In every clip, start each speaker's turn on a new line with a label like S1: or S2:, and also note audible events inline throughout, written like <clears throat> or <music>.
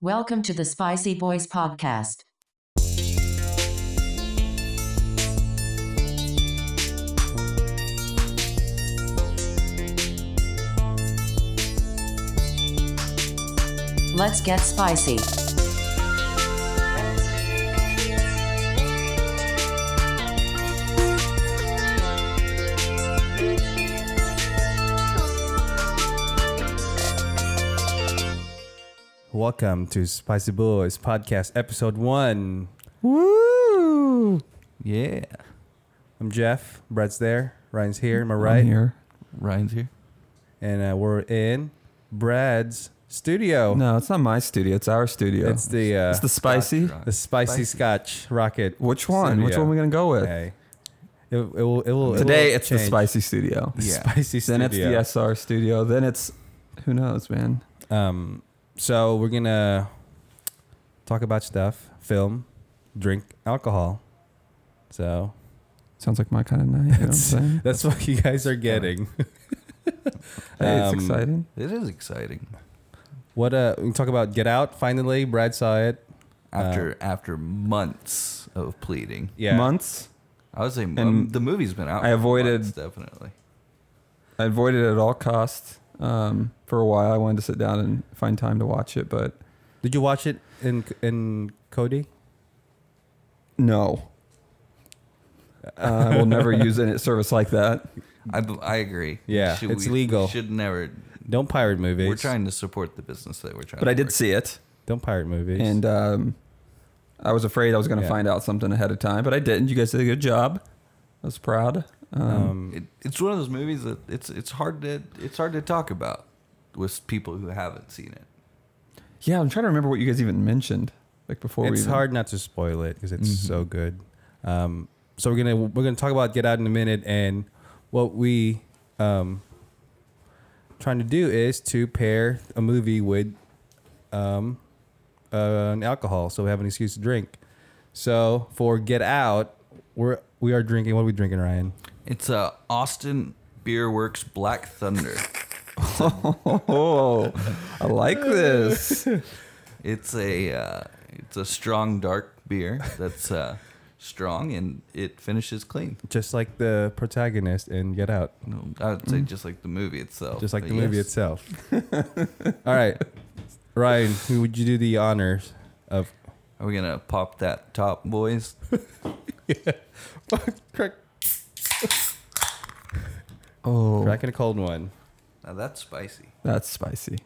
S1: Welcome to the Spicy Boys podcast. Let's get spicy.
S2: Welcome to Spicy Boys Podcast Episode 1.
S3: Woo! Yeah.
S2: I'm Jeff. Brett's there. Ryan's here. Am I
S3: Right
S2: right?
S3: I'm here. Ryan's here.
S2: And uh, we're in Brad's studio.
S4: No, it's not my studio. It's our studio.
S2: It's the uh,
S4: it's the spicy.
S2: the spicy, Scotch Rocket.
S4: Which one? Which
S2: studio.
S4: one are we gonna go with?
S2: Hey. It, it will, it will, it
S4: Today
S2: will
S4: it's the
S2: change. <laughs>
S4: spicy studio.
S3: Yeah.
S2: Spicy
S4: Then it's
S2: studio.
S4: the SR studio. Then it's who knows, man.
S2: Um, so we're going to talk about stuff, film, drink, alcohol. So
S4: Sounds like my kind of night. You know what I'm saying?
S2: that's <laughs> what you guys are getting.
S4: Hey, it's
S2: um,
S4: exciting.
S3: It is exciting.
S2: What uh, we can talk about Get Out finally. Brad saw it.
S3: After
S4: Uh,
S3: after months of pleading,
S2: Yeah.
S4: Months.
S3: I would say um,
S4: And
S3: the movie's been out.
S4: I
S3: for
S4: avoided-
S3: months, definitely.
S4: I avoided it at all costs um, for a while. I wanted to sit down and find time to watch it, but
S2: Did you watch it in in Cody? <laughs>
S4: no. Uh, I will never use any service like that.
S3: I, b- I agree.
S2: Yeah,
S3: Should
S2: it's
S3: we-
S2: legal.
S3: Should never.
S2: Don't pirate movies.
S3: We're trying to support the business that we're trying.
S4: But
S3: to
S4: I did
S3: work.
S4: see it.
S2: Don't pirate movies.
S4: and um, I was afraid I was going to
S2: Yeah.
S4: find out something ahead of time, but I didn't. You guys did a good job. I was proud. Um,
S2: um,
S3: It, it's one of those movies that it's it's hard to it's hard to talk about with people who haven't seen it.
S4: yeah, I'm trying to remember what you guys even mentioned like before. we
S2: it's
S4: even, Mm-hmm.
S2: hard not to spoil it because it's so good. Um, so we're gonna we're gonna talk about Get Out in a minute, and what we um trying to do is to pair a movie with um uh, an alcohol, so we have an excuse to drink. So for Get Out, we're we are drinking. What are we drinking, Ryan?
S3: It's uh, Austin Beer Works Black Thunder.
S4: <laughs> Oh, I like
S2: <laughs>
S4: this.
S3: It's a uh, it's a strong dark beer that's uh, strong and it finishes clean.
S2: Just like the protagonist in Get Out.
S3: No, Mm, I would
S4: Mm.
S3: say just like the movie itself.
S2: just like
S3: but
S2: the movie
S3: yes.
S2: itself. All right, Ryan, who would you do the honors of?
S3: Are we gonna pop that top, boys?
S2: <laughs> Crack,
S4: Oh,
S2: cracking a cold one.
S3: Now that's spicy.
S4: that's spicy.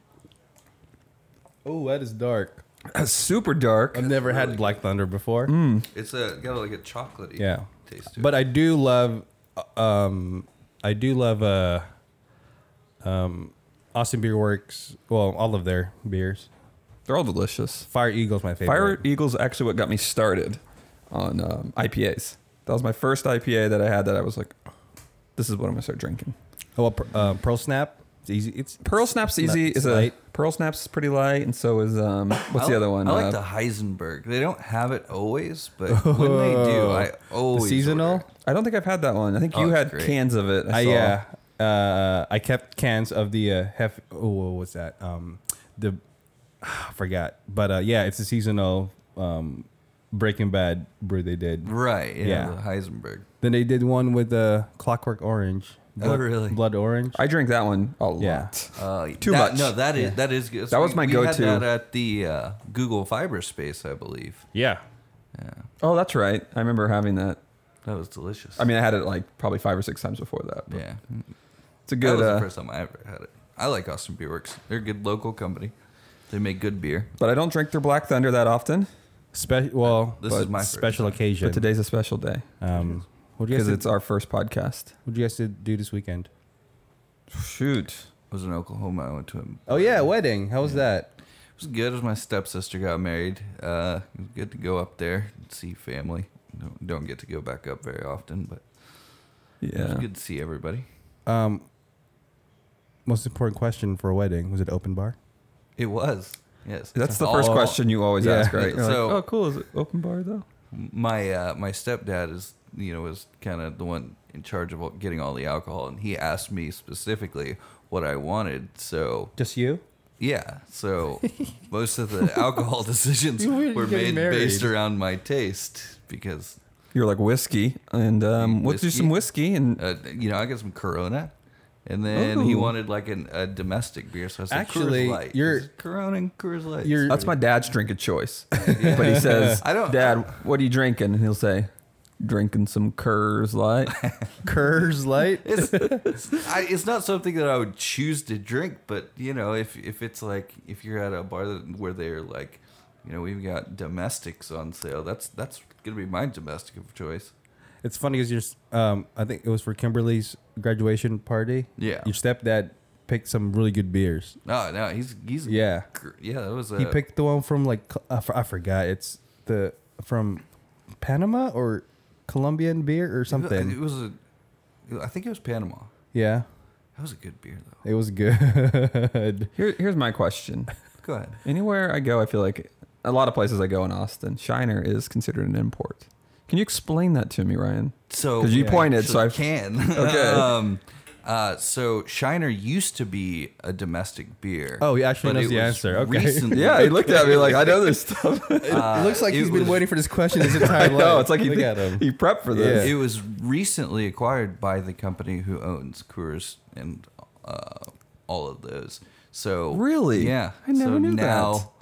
S2: Oh, that is dark.
S4: That's super dark.
S2: I've never had Black Thunder before.
S3: It's a got like a chocolatey
S2: Yeah,
S3: taste to it.
S2: but I do love, um, I do love uh, um, Austin Beer Works. Well, all of their beers.
S4: They're all delicious.
S2: Fire Eagle's my favorite.
S4: Fire Eagle's actually what got me started on um, IPAs. That was my first IPA that I had that I was like, this is what I'm going to start drinking.
S2: Oh, well, Pr- uh, Pearl Snap. It's easy. It's
S4: Pearl Snap's easy.
S2: It's
S4: is a
S2: light.
S4: Pearl Snap's pretty light, and so is um. What's the
S3: I li-
S4: other one?
S3: I like
S4: Uh,
S3: the Heisenberg. They don't have it always,
S4: <laughs>
S3: but when they do,
S2: Oh,
S3: I always
S2: the seasonal.
S3: order it.
S4: I don't think I've had that one. I think
S3: Oh,
S4: you
S3: it's
S4: had
S3: great.
S4: cans of it.
S2: I,
S4: I saw.
S2: yeah. Uh, I kept cans of the uh, hef. Oh, what was that? Um, the I forgot. But uh, yeah, it's a seasonal um, Breaking Bad brew they did.
S3: Right? Yeah,
S2: Yeah.
S3: the Heisenberg.
S2: Then they did one with uh, Clockwork Orange.
S3: Oh, really?
S2: Blood orange.
S4: I drink that one a lot.
S2: Yeah.
S3: Uh,
S4: Too
S3: that-
S4: much.
S3: No, that is that is good.
S4: That was my
S3: we Had
S4: go-to.
S3: that at the uh, Google Fiber Space, I believe.
S2: yeah.
S3: Yeah,
S4: Oh, that's right. I remember having that.
S3: that was delicious.
S4: I mean, I had it like probably five or six times before that. But
S3: yeah,
S4: it's a
S3: that
S4: good.
S3: was the
S4: Uh,
S3: first time I ever had it. I like Austin Beer Works. They're a good local company. They make good beer.
S4: but I don't drink their Black Thunder that often.
S2: Spe- well,
S3: This
S2: but
S3: is my first
S2: special
S3: time.
S2: occasion.
S4: But today's a special day
S2: um, what do you guys?
S4: because
S2: do-
S4: it's our first podcast.
S2: what do you guys do- do this weekend?
S4: Shoot.
S3: I was in Oklahoma. I went to him.
S2: Oh yeah, wedding. How was that?
S3: It was good as my stepsister got married. Uh, it was good to go up there and see family. Don't, don't get to go back up very often, but it was
S4: Yeah.
S3: good to see everybody.
S2: Um, most important question for a wedding was it open bar?
S3: It was. Yes.
S4: That's the first
S3: All-
S4: question you always
S2: Yeah.
S4: <laughs> ask, right? You're like,
S3: So-
S4: oh, cool. Is it open bar though?
S3: my uh, my stepdad is you know was kind of the one in charge of all- getting all the alcohol, and he asked me specifically what I wanted. So
S2: Just you?
S3: Yeah,
S4: <laughs>
S3: so most of the alcohol decisions
S2: You were
S3: were
S2: getting
S3: made based
S2: married.
S3: around my taste because
S4: You're like whiskey, and um, let's do
S3: Whiskey.
S4: some whiskey. And
S3: uh, you know I got some Corona, and then he
S4: Ooh.
S3: wanted like an, a domestic beer. So I said,
S2: Actually,
S3: Coors Light.
S2: you're-
S3: Is it Corona and Coors Light.
S2: you're-
S4: that's my dad's drink of choice. <laughs> But he <laughs> says,
S3: I don't-
S4: Dad, what are you drinking?" And he'll say, "Drinking some Cur's Light." <laughs>
S2: Curves light.
S3: <laughs> It's, it's- I, it's not something that I would choose to drink, but you know, if if it's like if you're at a bar that, where they're like, you know, we've got domestics on sale. That's that's gonna be my domestic of choice.
S2: It's funny because your s- um, I think it was for Kimberly's graduation party.
S3: Yeah.
S2: Your stepdad picked some really good beers.
S3: No, no, he's he's
S2: Yeah.
S3: gr- yeah. That was a,
S2: He picked the one from like I f- I forgot. It's the from Panama or Colombian beer or
S3: It
S2: something.
S3: was a, I think it was Panama.
S2: Yeah,
S3: That was a good beer though.
S2: it was <laughs> good.
S4: Here, here's my question.
S3: Go ahead.
S4: Anywhere I go, I feel like a lot of places I go in Austin, Shiner is considered an import. Can you explain that to me, Ryan?
S3: So
S4: 'Cause you
S3: yeah,
S4: pointed, so
S3: actually
S4: I-
S3: <laughs>
S4: <laughs>
S3: can.
S4: Okay.
S3: um, uh, so Shiner used to be a domestic beer.
S2: Oh, he actually
S3: but
S2: knows
S3: it
S2: the
S3: was
S2: answer. Okay. <laughs>
S3: recently-
S4: Yeah, he looked at me
S3: <laughs>
S4: like I know this stuff. <laughs>
S2: it looks like
S3: Uh, it
S2: he's been
S3: was-
S2: waiting for this question his entire <laughs>
S4: I
S2: life.
S4: know. It's like he,
S2: Look
S4: did-
S2: at him.
S4: he prepped for this.
S3: It was recently acquired by the company who owns Coors and uh, all of those. So
S4: Really?
S3: yeah.
S4: I never
S3: so
S4: knew that.
S3: now,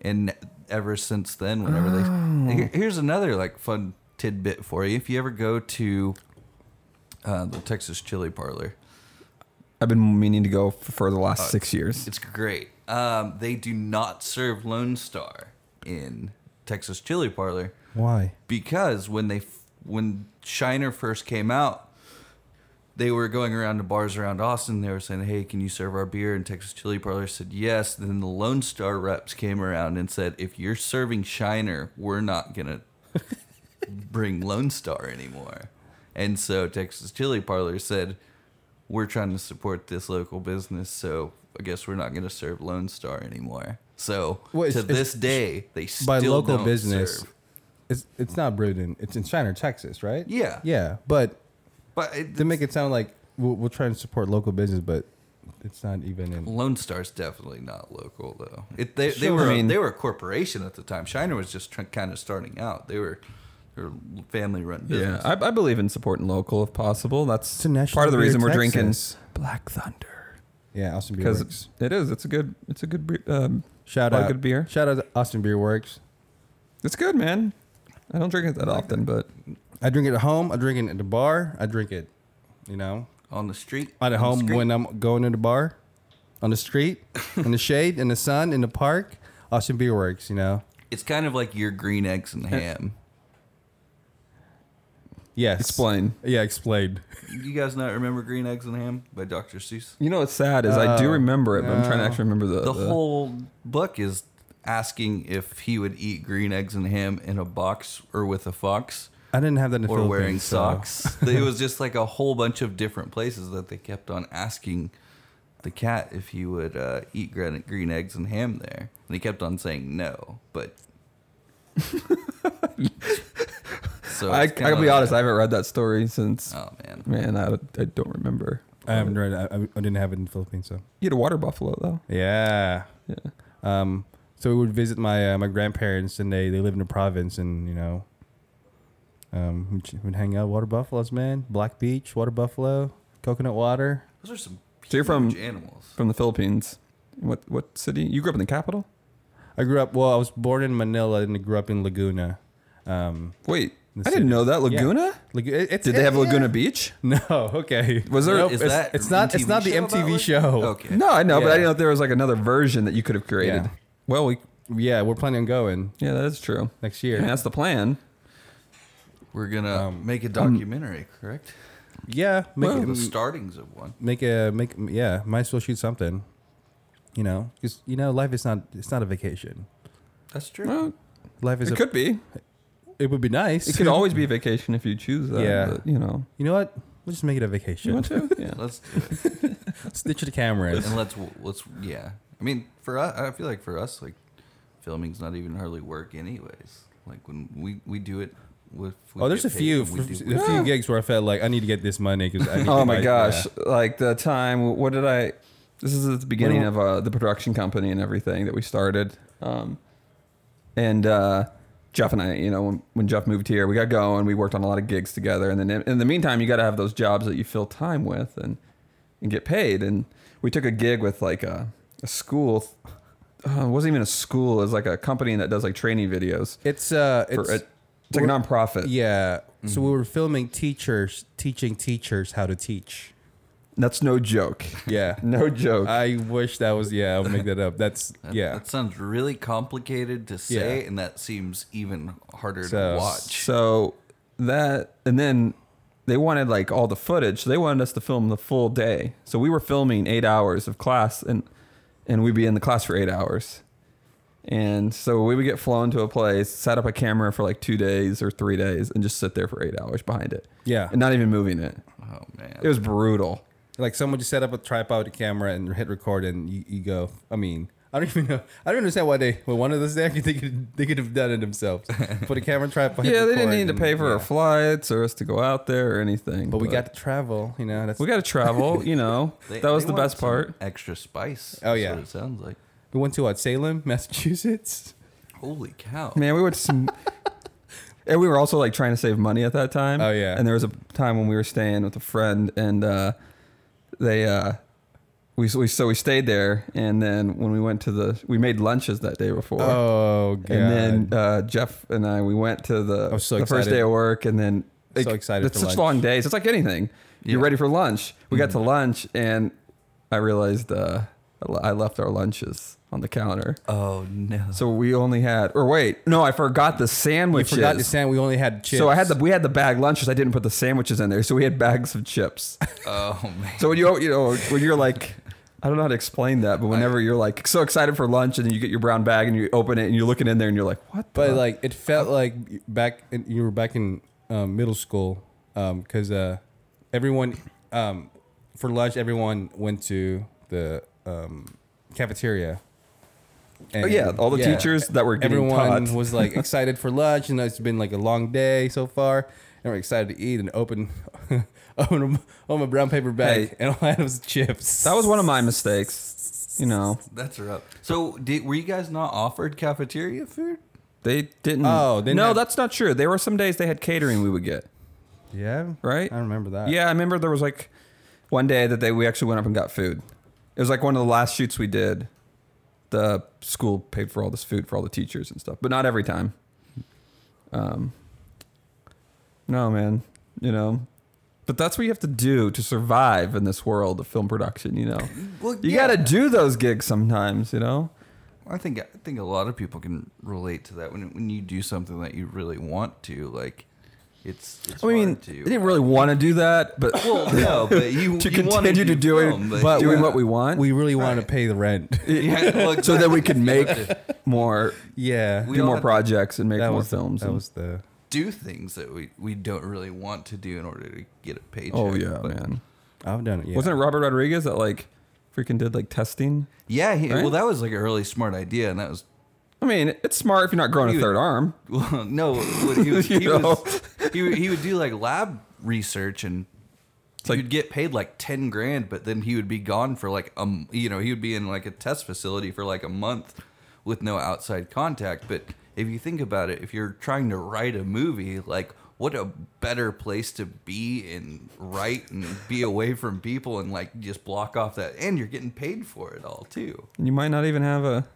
S3: And ever since then, whenever they
S4: Oh.
S3: Here- here's another like fun tidbit for you. If you ever go to uh, the Texas Chili Parlor,
S4: I've been meaning to go f- for the
S2: Uh,
S4: last six years.
S3: It's great. Um, they do not serve Lone Star in Texas Chili Parlor
S2: Why?
S3: because when they f- when Shiner first came out, they were going around to bars around Austin. They were saying, "Hey, can you serve our beer?" And Texas Chili Parlor said yes. Then the Lone Star reps came around and said, "If you're serving Shiner, we're not
S2: <laughs>
S3: gonna bring Lone Star anymore." And so Texas Chili Parlor said, "We're trying to support this local business, so I guess we're not gonna serve Lone Star anymore." So
S2: Well, it's-
S3: to
S2: it's-
S3: this day, they still
S2: By local
S3: don't
S2: business,
S3: serve.
S2: it's it's not brewed in it's in Shiner, Texas, right?
S3: Yeah.
S2: yeah. But
S3: But it,
S2: to make it sound like we'll, we'll try and support local business, but it's not even in.
S3: Lone Star's definitely not local though. It, they, they
S4: Sure.
S3: were
S4: I mean-
S3: they were a corporation at the time. Shiner was just tr- kind of starting out. They were they were family run
S4: Yeah,
S3: business.
S4: I, I believe in supporting local if possible. That's
S2: It's a national
S4: part of the
S2: beer,
S4: reason we're
S2: Texas.
S4: drinking Black Thunder
S2: Yeah, Austin Beer
S4: because
S2: Works.
S4: it is. It's a good. It's a good. bre- Um,
S2: Shout
S4: lot of
S2: out
S4: good beer.
S2: Shout out to Austin Beer Works.
S4: It's good, man. I don't drink it that often, but
S2: I drink it at home. I drink it at the bar. I drink it, you know,
S3: on the street.
S2: at
S3: on the
S2: home
S3: street.
S2: when I'm going to the bar, on the
S3: <laughs>
S2: street, in the shade, in the sun, in the park. Austin Beer Works, you know.
S3: it's kind of like your green eggs and ham.
S2: Yes.
S4: explain.
S2: Yeah, explained.
S3: you guys not remember Green Eggs and Ham by Dr. Seuss?
S4: You know what's sad is I do
S2: Oh,
S4: remember it, but I'm trying to
S2: no.
S4: actually remember the,
S3: The whole book is asking if he would eat green eggs and ham in a box or with a fox.
S2: <laughs> I didn't have that in the
S3: or
S2: Philippines,
S3: wearing
S2: so-
S3: socks. it was just like a whole bunch of different places that they kept on asking the cat if he would uh, eat green, green eggs and ham there, and he kept on saying no. But so
S4: I, I
S3: it's kinda
S4: gotta be
S3: like-
S4: honest, I haven't read that story since.
S3: Oh man,
S4: Man, I, I don't remember.
S2: I haven't read. it. I, I didn't have it in the Philippines, so
S4: You had a water buffalo though.
S2: yeah.
S4: Yeah.
S2: Um, so we would visit my uh, my grandparents, and they they live in the province, and you know, um, we'd, ch- we'd hang out water buffaloes, man. Black Beach, water buffalo, coconut water.
S3: those are some huge
S4: So you're from-
S3: animals.
S4: From the Philippines. What what city? You grew up in the capital?
S2: I grew up. Well, I was born in Manila, and I grew up in Laguna. Um,
S4: Wait, I
S2: The
S4: didn't
S2: city.
S4: know that
S2: Yeah.
S4: Laguna.
S2: Lagu- it- it's,
S4: Did they
S2: it-
S4: have
S2: yeah.
S4: Laguna Beach?
S2: <laughs> No. Okay.
S4: Was there-
S2: Nope,
S3: Is
S2: it's,
S3: that
S2: it's not. It's
S3: MTV
S2: not the
S3: show about
S2: MTV
S3: Lake-
S2: show.
S3: Okay.
S4: No, I know, but I
S2: Yeah.
S4: didn't know if there was like another version that you could have created.
S2: Yeah.
S4: Well, we
S2: Yeah, we're planning on going
S4: yeah, that is true.
S2: next
S4: I
S2: year.
S4: mean, that's the plan.
S3: We're gonna
S2: Um,
S3: make a documentary, correct?
S2: Yeah. Make
S4: Well,
S2: it-
S3: The startings of one.
S2: make a make yeah might as well shoot something you know because you know life is not it's not a vacation
S3: That's true.
S4: Well,
S2: life is
S4: it
S2: a,
S4: could be.
S2: <laughs> it would be nice
S4: It could always be a vacation if you choose that.
S2: Yeah.
S4: but, you know.
S2: you know what we'll just make it a vacation
S4: You want to? Yeah.
S3: Let's do it.
S2: <laughs> stitch the camera <laughs>
S3: and let's let's yeah. I mean, for us, I feel like for us, like filming's not even hardly work, anyways. Like when we we do it with. we
S2: oh there's a
S3: get paid
S2: few
S3: and we
S2: f-
S3: do-
S2: a few gigs where i felt like i need to get this money because
S4: oh my gosh! Like the time. What did I? This is at the beginning
S2: Little-
S4: of uh, the production company and everything that we started. Um, and uh, Jeff and I, you know, when, when Jeff moved here, we got going. We worked on a lot of gigs together. And then in- in the meantime, you got to have those jobs that you fill time with and and get paid. And we took a gig with like a, a school. Uh, it wasn't even a school. It was like a company that does like training videos.
S2: It's uh,
S4: For
S2: it's
S4: it, it's like a nonprofit.
S2: yeah. So
S3: Mm-hmm.
S2: we were filming teachers teaching teachers how to teach.
S4: That's no joke.
S2: Yeah.
S4: No joke.
S2: I wish that was yeah. I'll make that up. That's yeah.
S3: <laughs> That sounds really complicated to say,
S2: Yeah.
S3: and that seems even harder
S2: So-
S3: to watch.
S4: So that and then they wanted like all the footage. So they wanted us to film the full day. So we were filming eight hours of class and and we'd be in the class for eight hours. And so we would get flown to a place, set up a camera for like two days or three days, and just sit there for eight hours behind it.
S2: Yeah.
S4: And not even moving it.
S3: Oh man,
S4: It was brutal.
S2: Like someone just set up a tripod, a camera, and hit record, and you, you go. I mean, I don't <laughs> even know. I don't understand why they. Well, one of those there, <laughs> they could they could have done it themselves. Put a camera, tripod. hit
S4: Yeah, they didn't
S2: record,
S4: need to
S2: and-
S4: pay for our
S2: yeah.
S4: flights or us to go out there or anything.
S2: But we got to travel. You know, that's
S4: we got to travel. You know,
S3: <laughs> They-
S4: that was
S3: they
S4: the
S3: want
S4: best
S3: some
S4: part.
S3: Extra spice.
S2: Oh,
S3: is
S2: yeah.
S3: what it sounds like.
S2: we went to what Salem, <laughs>
S4: <laughs>
S2: Massachusetts.
S3: Holy cow!
S4: Man, we went to
S2: <laughs>
S4: some. and we were also like trying to save money at that time.
S2: Oh, yeah.
S4: And there was a time when we were staying with a friend, and uh, they, uh, we, we so we stayed there, and then when we went to the, we made lunches that day before.
S2: Oh god.
S4: And then uh, Jeff and I, we went to the,
S2: was so
S4: the first
S2: excited.
S4: day of work, and then
S2: So excited
S4: It's
S2: for lunch.
S4: such
S2: Mm.
S4: long days. It's like anything. You're ready for lunch. We got to lunch, and I realized uh, I left our lunches on the counter.
S3: Oh no! <laughs>
S4: So we only had, or wait, no, I forgot the
S2: we
S4: sandwiches.
S2: forgot to sand. We only had chips.
S4: So I had the we had the bag lunches. I didn't put the sandwiches in there, so we had bags of chips. <laughs>
S3: oh man!
S4: so when you you know when you're like, I don't know how to explain that, but whenever you're like so excited for lunch and then you get your brown bag and you open it and you're looking in there and you're like, what?
S2: But
S4: the?
S2: like it felt like back in, you were back in um, middle school because uh, everyone um, for lunch everyone went to the um, cafeteria. And,
S4: Oh, yeah, all the teachers that were getting
S2: everyone
S4: taught.
S2: was
S4: <laughs>
S2: like excited for lunch, and it's been like a long day so far, and we're excited to eat and open <laughs> open on my brown paper bag,
S4: Hey.
S2: and all I had was chips.
S4: that was one of my mistakes. You know,
S3: That's rough. So, did, were you guys not offered cafeteria food?
S4: they didn't.
S2: Oh, they didn't
S4: no,
S2: have-
S4: that's not true. There were some days they had catering we would get.
S2: yeah,
S4: right?
S2: I remember that.
S4: Uh, Yeah, I remember there was like one day that they we actually went up and got food. It was like one of the last shoots we did. The school paid for all this food for all the teachers and stuff, but not every time. Um, no, man, you know, but that's what you have to do to survive in this world of film production. You know,
S3: <clears throat> Well,
S4: you
S3: yeah.
S4: got to do those gigs sometimes. You know,
S3: I think I think a lot of people can relate to that. When when you do something that you really want to, like, it's. it's
S4: I mean,
S3: hard
S4: they
S3: to,
S4: didn't really want to do that, but
S3: <laughs> <coughs> Well, no, but
S4: <laughs>
S3: you
S4: to
S3: you wanna
S4: continue to do
S3: film,
S4: it,
S3: but
S4: doing
S3: yeah.
S4: what we want,
S2: we really wanted to pay the
S4: <laughs>
S2: rent.
S3: <laughs> Yeah, look,
S4: so that we can
S3: <laughs>
S4: make more
S2: yeah,
S3: We
S4: do
S3: all
S4: more
S3: had-
S4: projects and make
S2: that
S4: more
S2: was the-
S4: films.
S2: That
S4: and-
S2: was the
S3: do things that we, we don't really want to do in order to get a paycheck.
S4: oh yeah,
S3: But-
S4: man.
S2: I've done it. Yeah.
S4: Wasn't it Robert Rodriguez that like freaking did like testing?
S3: Yeah, he,
S4: Right?
S3: well, that was like a really smart idea, and that was
S4: I mean, it's smart if you're not growing a
S3: Dude.
S4: third arm.
S3: well, no, what he,
S2: <laughs>
S3: was,
S4: You
S3: he, was, he would- he would do like lab research and.
S4: like-
S3: he'd get paid like ten grand, but then he would be gone for like um, you know, he would be in like a test facility for like a month with no outside contact. But if you think about it, if you're trying to write a movie, like what a better place to be and write and be away from people and like just block off that, and you're getting paid for it all too.
S4: And you might not even have a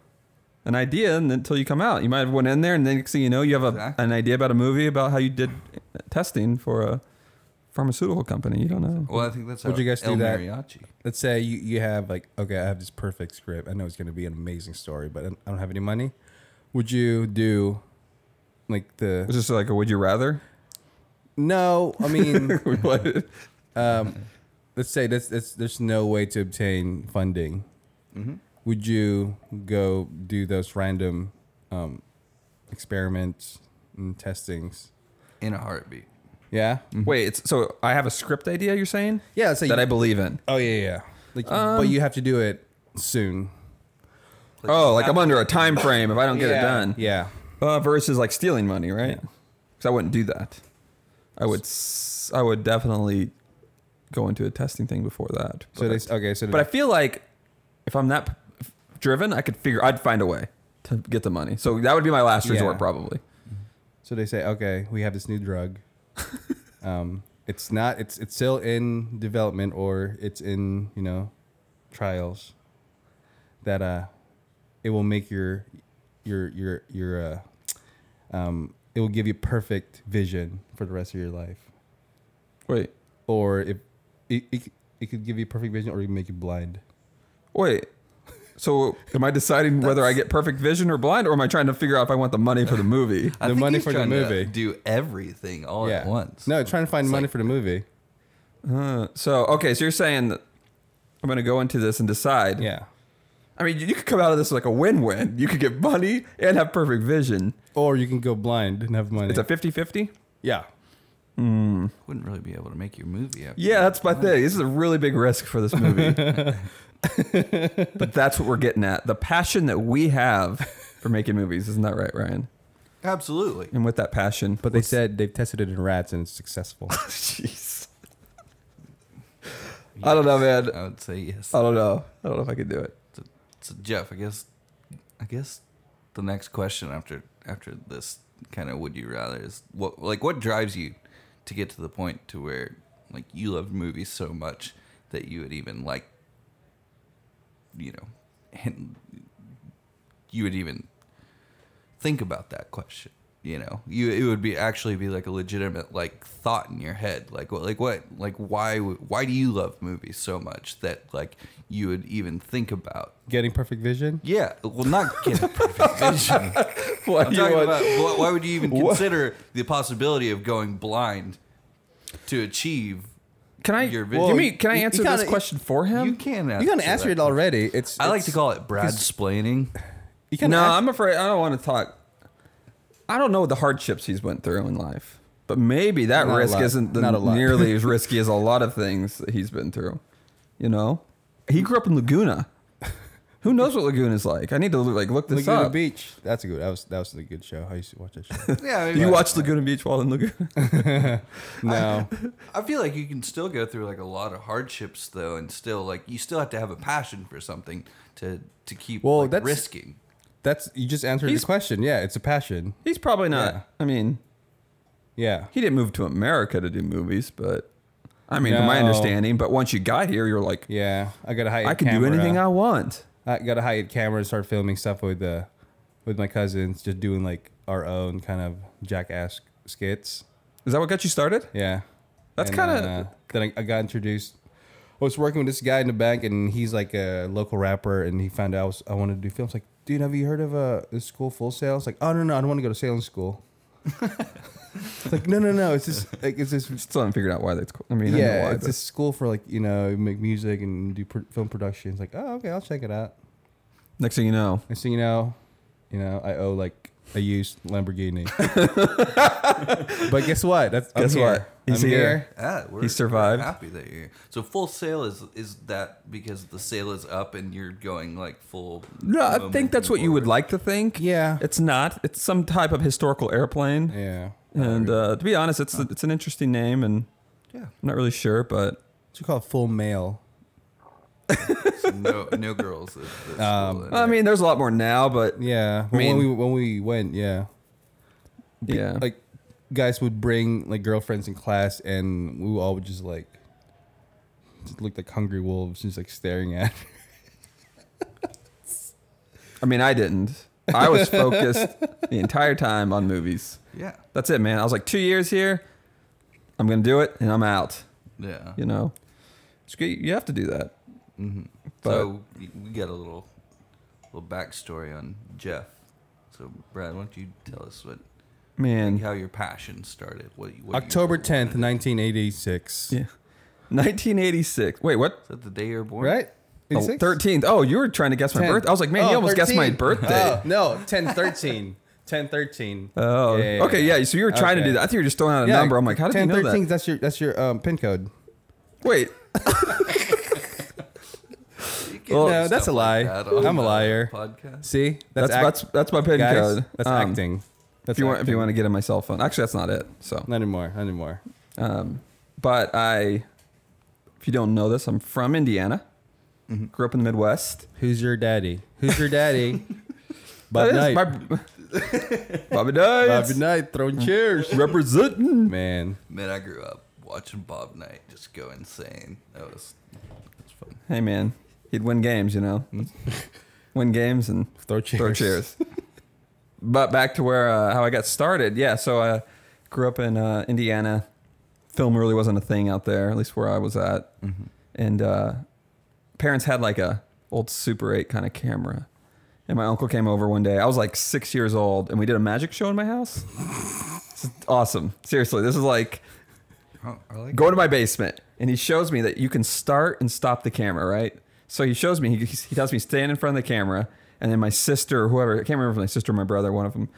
S4: an idea and then- until you come out. You might have went in there and then next thing you know, you have a,
S3: Exactly.
S4: an idea about a movie about how you did testing for a pharmaceutical company. You don't know.
S3: Well, I think that's
S2: Would
S3: how
S2: you guys do
S3: El
S2: that?
S3: Mariachi.
S2: Let's say you, you have like okay, I have this perfect script. I know it's gonna be an amazing story, but I don't- I don't have any money. Would you do like
S4: It's <laughs>
S2: the
S4: just like a would you rather?
S2: no? I
S4: <laughs>
S2: mean,
S4: What?
S2: um, let's say that's, that's there's no way to obtain funding. Mm-hmm. Would you go do those random um, experiments and testings?
S3: in a heartbeat.
S2: Yeah,
S4: Wait, it's, so I have a script idea. You're saying?
S2: yeah. Let's say
S4: Mm-hmm.
S2: you-
S4: that I believe in.
S2: oh yeah, yeah, yeah. Like, but you have to do it soon.
S4: Oh, like I'm under a time frame if I don't get
S2: yeah.
S4: it done.
S2: Yeah.
S4: Uh, versus like stealing money, right? Because I wouldn't do that. I would. s- I would definitely go into a testing thing before that.
S2: So
S4: But-
S2: they okay. So
S4: but I feel like if I'm that p- driven, I could figure. I'd find a way to get the money. So that would be my last resort,
S2: Yeah.
S4: probably.
S2: So they say, okay, we have this new
S4: <laughs>
S2: drug. um, it's not. It's it's still in development or it's in you know trials. That uh, it will make your your your your uh, um, it will give you perfect vision for the rest of your life.
S4: Wait,
S2: Or if it it, c- it could give you perfect vision or it can make you blind.
S4: wait. So am I deciding <laughs> whether I get perfect vision or blind, or am I trying to figure out if I want the money for the movie?
S3: I
S2: The
S3: think
S2: money
S3: he's
S2: for the
S3: trying to
S2: movie.
S3: do everything all
S2: yeah.
S3: at once.
S2: No, trying to find
S3: It's
S2: money
S3: like-
S2: for the movie.
S4: Uh, so okay, so you're saying that I'm going to go into this and decide.
S2: Yeah.
S4: I mean, you could come out of this like a win-win. You could get money and have perfect vision.
S2: Or you can go blind and have money.
S4: It's a 50-50?
S2: yeah.
S3: wouldn't really be able to make your movie. After
S4: Yeah, that's my thing. This is a really big risk for this movie. but that's what we're getting at. The passion that we have for making movies. Isn't that right, Ryan?
S3: absolutely.
S4: And with that passion.
S2: But they said they've tested it in rats and it's successful.
S4: <laughs> Jeez. I don't know, man.
S3: I would say yes.
S4: I don't know. I don't know if I could do it.
S3: So Jeff, I guess, I guess, the next question after after this kind of would you rather is what like what drives you to get to the point to where like you love movies so much that you would even like you know <laughs> and you would even think about that question you know you it would be actually be like a legitimate like thought in your head like what like what like why w- why do you love movies so much that like you would even think about
S2: <laughs> Getting perfect <laughs> vision?
S3: yeah, well, not <laughs> get a perfect vision.
S4: Why
S3: I'm
S4: you
S3: talking
S4: want-
S3: about why, why would you even consider the possibility of going blind to achieve?
S4: can I
S3: your
S4: your
S3: vision?
S4: give me can I
S2: You- you
S4: answer
S2: kinda-
S4: this question for him?
S3: You can answer.
S2: You kind of answered it
S3: that.
S2: already. It's
S3: I like
S2: it's-
S3: to call it Brad splaining.
S2: You kinda
S4: No,
S2: asked-
S4: I'm afraid I don't want to talk. I don't know the hardships he's went through in life, but maybe that
S2: Not a
S4: risk
S2: lot.
S4: isn't the
S2: Not a lot. <laughs>
S4: nearly as risky as a lot of things that he's been through. You know, he grew up in Laguna. Who knows what Laguna is like? I need to like look this
S2: Laguna
S4: up.
S2: Beach. That's a good. That was that was a good show. I used to watch that show. <laughs>
S3: Yeah, I mean,
S4: You watched Laguna Beach while in Laguna. <laughs>
S2: no,
S3: I feel like you can still go through like a lot of hardships though, and still like you still have to have a passion for something to to keep
S2: Well,
S3: like,
S2: that's-
S3: risking.
S2: that's you just answered
S4: He's-
S2: the question. Yeah, it's a passion.
S4: He's probably not.
S2: Yeah.
S4: I mean,
S2: Yeah,
S4: he didn't move to America to do movies, but I mean, from my
S2: No.
S4: understanding. But once you got here, you're like,
S2: yeah. I got a high.
S4: I can do anything I want.
S2: I got a high camera and start filming stuff with uh, with my cousins, just doing like our own kind of jackass skits.
S4: Is that what got you started?
S2: Yeah.
S4: That's
S2: And then,
S4: kinda-
S2: uh, then I, I got introduced. I was working with this guy in the bank, and he's like a local rapper, and he found out I, was, I wanted to do films. Like, dude, have you heard of uh, this school Full Sail? It's like, oh no, no, I don't want to go to sailing
S4: <laughs>
S2: school. it's like, no, no, no. It's just like it's this.
S4: Still haven't figured out why that's cool. <laughs> I mean, I know
S2: yeah,
S4: why,
S2: it's
S4: but-
S2: this school for like you know make music and do pr- film production. It's like, oh okay, I'll check it out.
S4: next thing you know,
S2: And so you know, you know, I owe like a used
S4: <laughs>
S2: Lamborghini. but guess what? That's I'm
S4: Guess
S2: here.
S4: what? He's
S2: I'm
S4: here.
S3: Ah, we're,
S4: He survived.
S3: we're happy that you're here. So full sail is is that because the sail is up and you're going like full.
S4: No, I
S3: momentum
S4: think that's what you would
S3: forward?
S4: like to think.
S2: Yeah.
S4: It's not. It's some type of historical airplane.
S2: Yeah.
S4: And uh, to be honest, it's it's an interesting name, and
S3: Yeah.
S4: I'm not really sure, but
S2: What you call it? Full male.
S4: <laughs>
S3: no, no girls. At this school.
S4: I mean, there's a lot more now, but
S2: Yeah,
S4: I mean-
S2: when we when we went, yeah,
S4: yeah,
S2: like guys would bring like girlfriends in class, and we all would just like just looked like hungry wolves, just like staring
S4: <laughs>
S2: at.
S4: I mean, I didn't. I was focused <laughs> the entire time on movies.
S3: yeah,
S4: That's it, man. I was like, two years here, I'm gonna do it, and I'm out.
S3: yeah.
S4: You know, it's great. You have to do that. Mm-hmm. But
S3: so we got a little, little backstory on Jeff. So Brad, why don't you tell us what,
S4: man,
S3: how your passion started? What, you- what you
S2: October
S3: really
S2: tenth,
S3: wanted.
S2: nineteen eighty six.
S4: yeah, 1986. Wait, what?
S3: Is that the day you were born?
S2: Right.
S4: Oh,
S2: 86?
S4: 13th. Oh, you were trying to guess my
S2: 10.
S4: birthday. I was like, man, he
S2: Oh,
S4: almost guessed my
S2: 13.
S4: birthday.
S2: Oh, no, 10, <laughs> 13. 10, 13.
S4: Oh, okay, yeah. So you were trying to do
S2: Okay.
S4: that. I think you were just throwing out a
S2: Yeah,
S4: number. I'm like, how did
S2: 10,
S4: you know
S2: 13,
S4: that?
S2: That's your that's your um, pin code. <laughs>
S4: Wait,
S3: You can
S4: Well,
S3: do
S2: no, that's
S3: stuff
S2: a lie.
S3: like that on
S2: I'm a
S3: the
S2: liar.
S3: Podcast.
S2: See,
S4: Oh, that's
S2: act-
S4: that's that's my pin
S2: guys,
S4: code.
S2: That's
S4: Um,
S2: acting. That's
S4: If you want, if
S2: acting.
S4: you want to get in my cell phone, actually, that's not it. So,
S2: not anymore, not anymore.
S4: um, but I, if you don't know this, I'm from Indiana.
S2: Mm-hmm.
S4: Grew up in the Midwest.
S2: Who's your daddy? Who's your <laughs> daddy? Bob
S4: That
S2: Knight. <laughs>
S4: is my- Bobby Knight.
S2: Bobby Knight throwing chairs.
S4: Representing.
S2: <laughs> Man,
S3: Man, I grew up watching Bob Knight just go insane. That was, that was fun.
S4: Hey man, he'd win games, you know.
S2: Mm.
S4: win games and
S2: throw chairs.
S4: throw chairs. but back to where uh, how I got started. Yeah, so I grew up in uh, Indiana. Film really wasn't a thing out there, at least where I was at. And uh, parents had like a old Super 8 kind of camera. And my uncle came over one day. I was like six years old, and we did a magic show in my house. This is awesome. Seriously, this is like
S3: Oh, I like
S4: go to my basement and he shows me that you can start and stop the camera right so he shows me he, he tells me stand in front of the camera and then my sister or whoever i can't remember if my sister or my brother one of them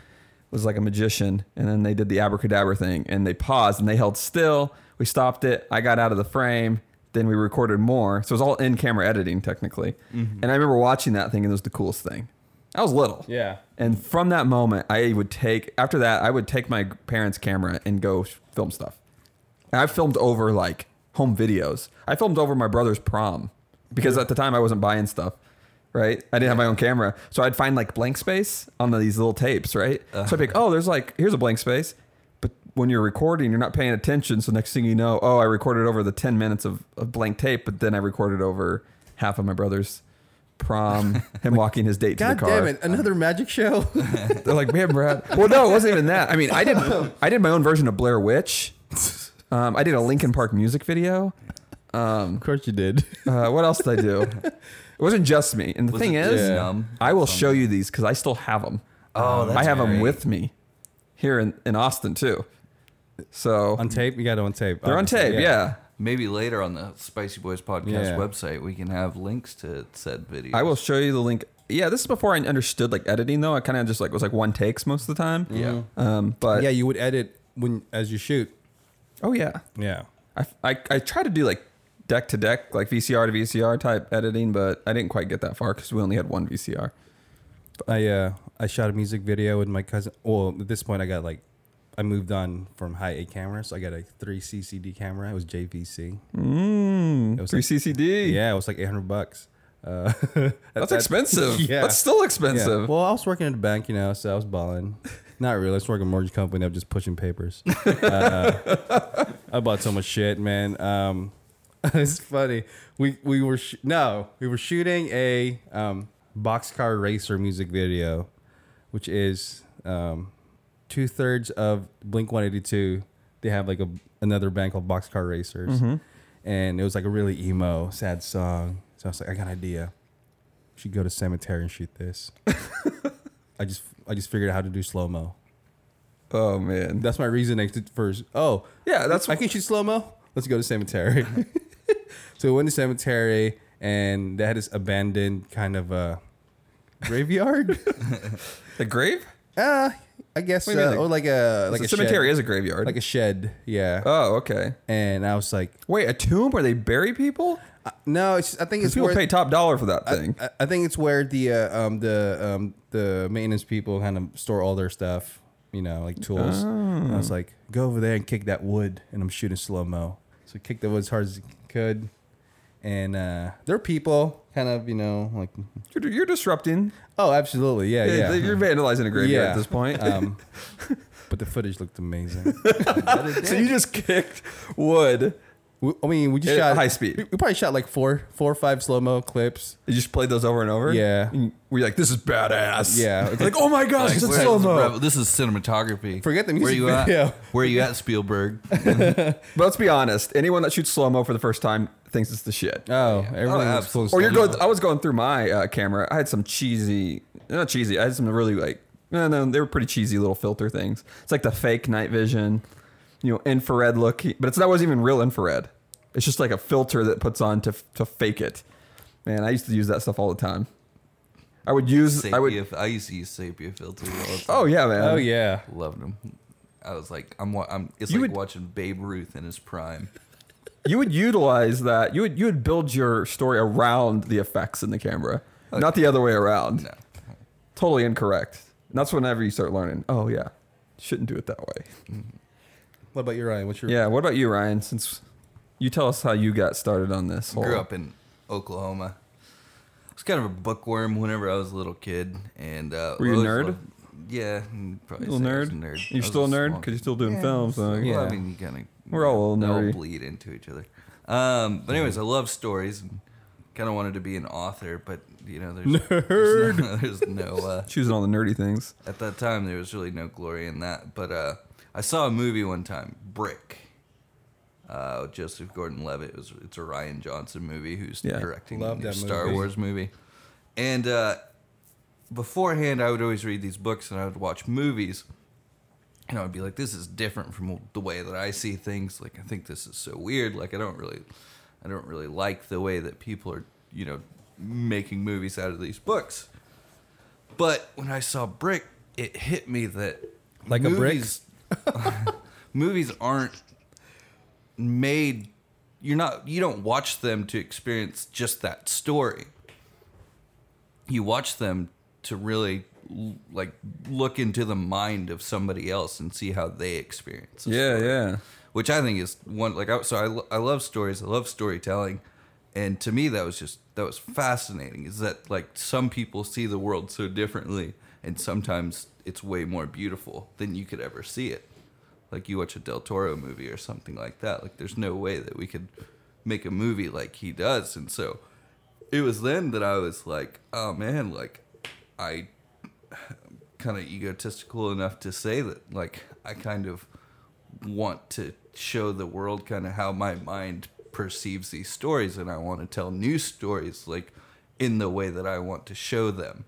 S4: was like a magician and then they did the abracadabra thing and they paused and they held still we stopped it i got out of the frame then we recorded more so it was all in camera editing technically and i remember watching that thing and it was the coolest thing i was little
S2: Yeah.
S4: and from that moment i would take after that i would take my parents camera and go sh- film stuff and I filmed over like home videos. I filmed over my brother's prom because at the time I wasn't buying stuff, right? I didn't have my own camera. So I'd find like blank space on these little tapes, right? So I'd be like,
S2: Uh-huh.
S4: oh, there's like, here's a blank space. But when you're recording, you're not paying attention. So next thing you know, oh, I recorded over the 10 minutes of, of blank tape, but then I recorded over half of my brother's prom,
S2: <laughs>
S4: him walking his date to
S2: God
S4: the car.
S2: damn it! <laughs> Another magic show.
S4: They're like, man, Brad. Well, no, it wasn't even that. I mean, I did I did my own version of Blair Witch. Um, I did a Linkin Park music video.
S2: of course you <laughs> did.
S4: Uh, what else did I do? It wasn't just me. And the
S3: Was
S4: thing
S3: it
S4: is,
S3: just numb?
S4: I will show you these because I still have them.
S3: Oh, that's
S4: I have them
S3: great.
S4: with me here in, in Austin too. So
S2: on tape, you got it on tape.
S4: they're on
S2: obviously,
S4: tape. Yeah.
S3: Maybe later on the Spicy Boys podcast
S2: Yeah.
S3: website, we can have links to said videos.
S4: I will show you the link. Yeah, this is before I understood like editing though. I kind of just like was like one takes most of the time.
S3: Yeah.
S4: Um, but
S2: Yeah, you would edit when as you shoot.
S4: oh yeah,
S2: Yeah.
S4: I, I, I try to do like deck to deck, like VCR to VCR type editing, but I didn't quite get that far because we only had one VCR.
S2: I uh I shot a music video with my cousin. Well, at this point, I got like I moved on from high A camera, so I got a three CCD camera. It was JVC.
S4: Mm,
S2: It was
S4: three
S2: like-
S4: CCD.
S2: Yeah, it was like eight hundred bucks. Uh, <laughs>
S4: That's expensive. That's still expensive.
S2: Well, I was working at a bank, you know, so I was balling. Not really. I was working at a mortgage company. I was just pushing papers. uh, I bought so much shit, man. Um, <laughs> it's funny. We we were sh- no, we were shooting a um, boxcar racer music video, which is um, two thirds of Blink One Eighty Two. They have like a another band called Boxcar Racers, and it was like a really emo, sad song. So I was like, I got an idea. We should go to cemetery and shoot this. I just I just figured out how to do slow mo.
S4: Oh man.
S2: That's my reasoning to- for oh
S4: Yeah, that's-
S2: I can shoot slow mo. Let's go to cemetery. <laughs> so we went to cemetery and they had this abandoned kind of uh,
S4: <laughs>
S2: graveyard.
S4: the grave?
S2: uh,
S4: Ah,
S2: I guess
S4: What do you mean,
S2: uh,
S4: like-
S2: or like a like
S4: the
S2: a
S4: cemetery
S2: shed.
S4: is a graveyard.
S2: like a shed. Yeah.
S4: oh, okay.
S2: and I was like,
S4: Wait, a tomb where they bury people?
S2: uh, no, it's, I think it's
S4: People
S2: where
S4: pay top dollar for that thing.
S2: I, I think it's where the uh, um the um the maintenance people kind of store all their stuff, you know, like tools. And I was like, go over there and kick that wood, and I'm shooting slow mo. So I kicked the wood as hard as I could, and uh, there are people kind of you know like,
S4: you're, you're disrupting.
S2: oh, absolutely, yeah, yeah.
S4: You're vandalizing a graveyard
S2: Yeah.
S4: at this point.
S2: um, but the footage looked amazing.
S4: <laughs> so you just kicked wood.
S2: we, I mean, we just
S4: At
S2: shot
S4: high speed.
S2: We, we probably shot like four, four or five slow mo clips.
S4: You just played those over and over.
S2: Yeah.
S4: And We're like, this is badass.
S2: Yeah.
S4: It's <laughs> like, oh my gosh,
S3: Like,
S4: it's
S3: where's
S4: slow
S3: the
S4: mo.
S3: rev- This is cinematography.
S2: Forget the
S3: Where
S2: music
S3: you
S2: video.
S3: at? Where you at,
S2: <laughs>
S3: Spielberg?
S4: But let's be honest. Anyone that shoots slow mo for the first time thinks it's the shit.
S2: Oh, everything was full.
S3: absolutely.
S2: of
S4: or you're
S2: slow-mo.
S4: going. I was going through my uh, camera. I had some cheesy, not cheesy. I had some really like, no, no, they were pretty cheesy little filter things. It's like the fake night vision, you know, infrared look. But it's that wasn't even real infrared. It's just like a filter that puts on to to fake it. Man, I used to use that stuff all the time. I would use.
S3: Sapia,
S4: I
S3: I,
S4: would.
S3: used to use sepia filters. All the time.
S4: Oh yeah, man.
S2: Oh yeah.
S3: loved them. I was like, I'm. wa- I'm it's
S4: You
S3: like
S4: would-
S3: watching Babe Ruth in his prime.
S4: you would utilize that. You would you would build your story around the effects in the camera, not the other way around.
S3: Oh, No,
S4: Totally incorrect. And that's whenever you start learning. Oh yeah, shouldn't do it that way.
S2: What about you, Ryan? What's your
S4: Yeah. What about you, Ryan? Since you tell us how you got started on this. whole-
S3: grew up in Oklahoma. was kind of a bookworm whenever I was a little kid, and uh,
S4: Were you a
S3: always
S4: nerd?
S3: loved- yeah, I'd probably
S4: Little
S3: say I was a
S4: nerd.
S3: nerd. I
S4: You're
S3: was
S4: still a nerd
S3: small
S4: because you're
S3: kid.
S4: still doing films. So,
S3: Well,
S4: yeah.
S3: I mean, you kind of
S4: We're all a little nerdy.
S3: bleed into each other. Um, but anyways, I love stories. Kind of wanted to be an author, but you know, there's There's no, <laughs> there's no uh,
S4: Choosing all the nerdy things.
S3: at that time there was really no glory in that. But uh, I saw a movie one time, Brick. Uh, with Joseph Gordon-Levitt. It was it's a Ryan Johnson movie who's
S4: Yeah.
S3: directing
S2: Love
S3: the new
S2: that
S3: Star
S2: movie.
S3: Wars movie. And uh, beforehand, I would always read these books and I would watch movies. And I would be like, this is different from the way that I see things. Like, I think this is so weird. Like, I don't really, I don't really like the way that people are, you know, making movies out of these books. But when I saw Brick, it hit me that
S2: Like a brick?
S3: brick. <laughs> movies aren't made. You're not. You don't watch them to experience just that story. You watch them to really l- like look into the mind of somebody else and see how they experience. it
S4: Yeah, yeah.
S3: which I think is one like I, so I, lo- I love stories I love storytelling and to me that was just that was fascinating is that like some people see the world so differently and sometimes it's way more beautiful than you could ever see it like you watch a Del Toro movie or something like that like there's no way that we could make a movie like he does and so it was then that I was like oh man like I <sighs> kind of egotistical enough to say that like I kind of want to show the world kind of how my mind perceives these stories and I want to tell new stories like in the way that I want to show them.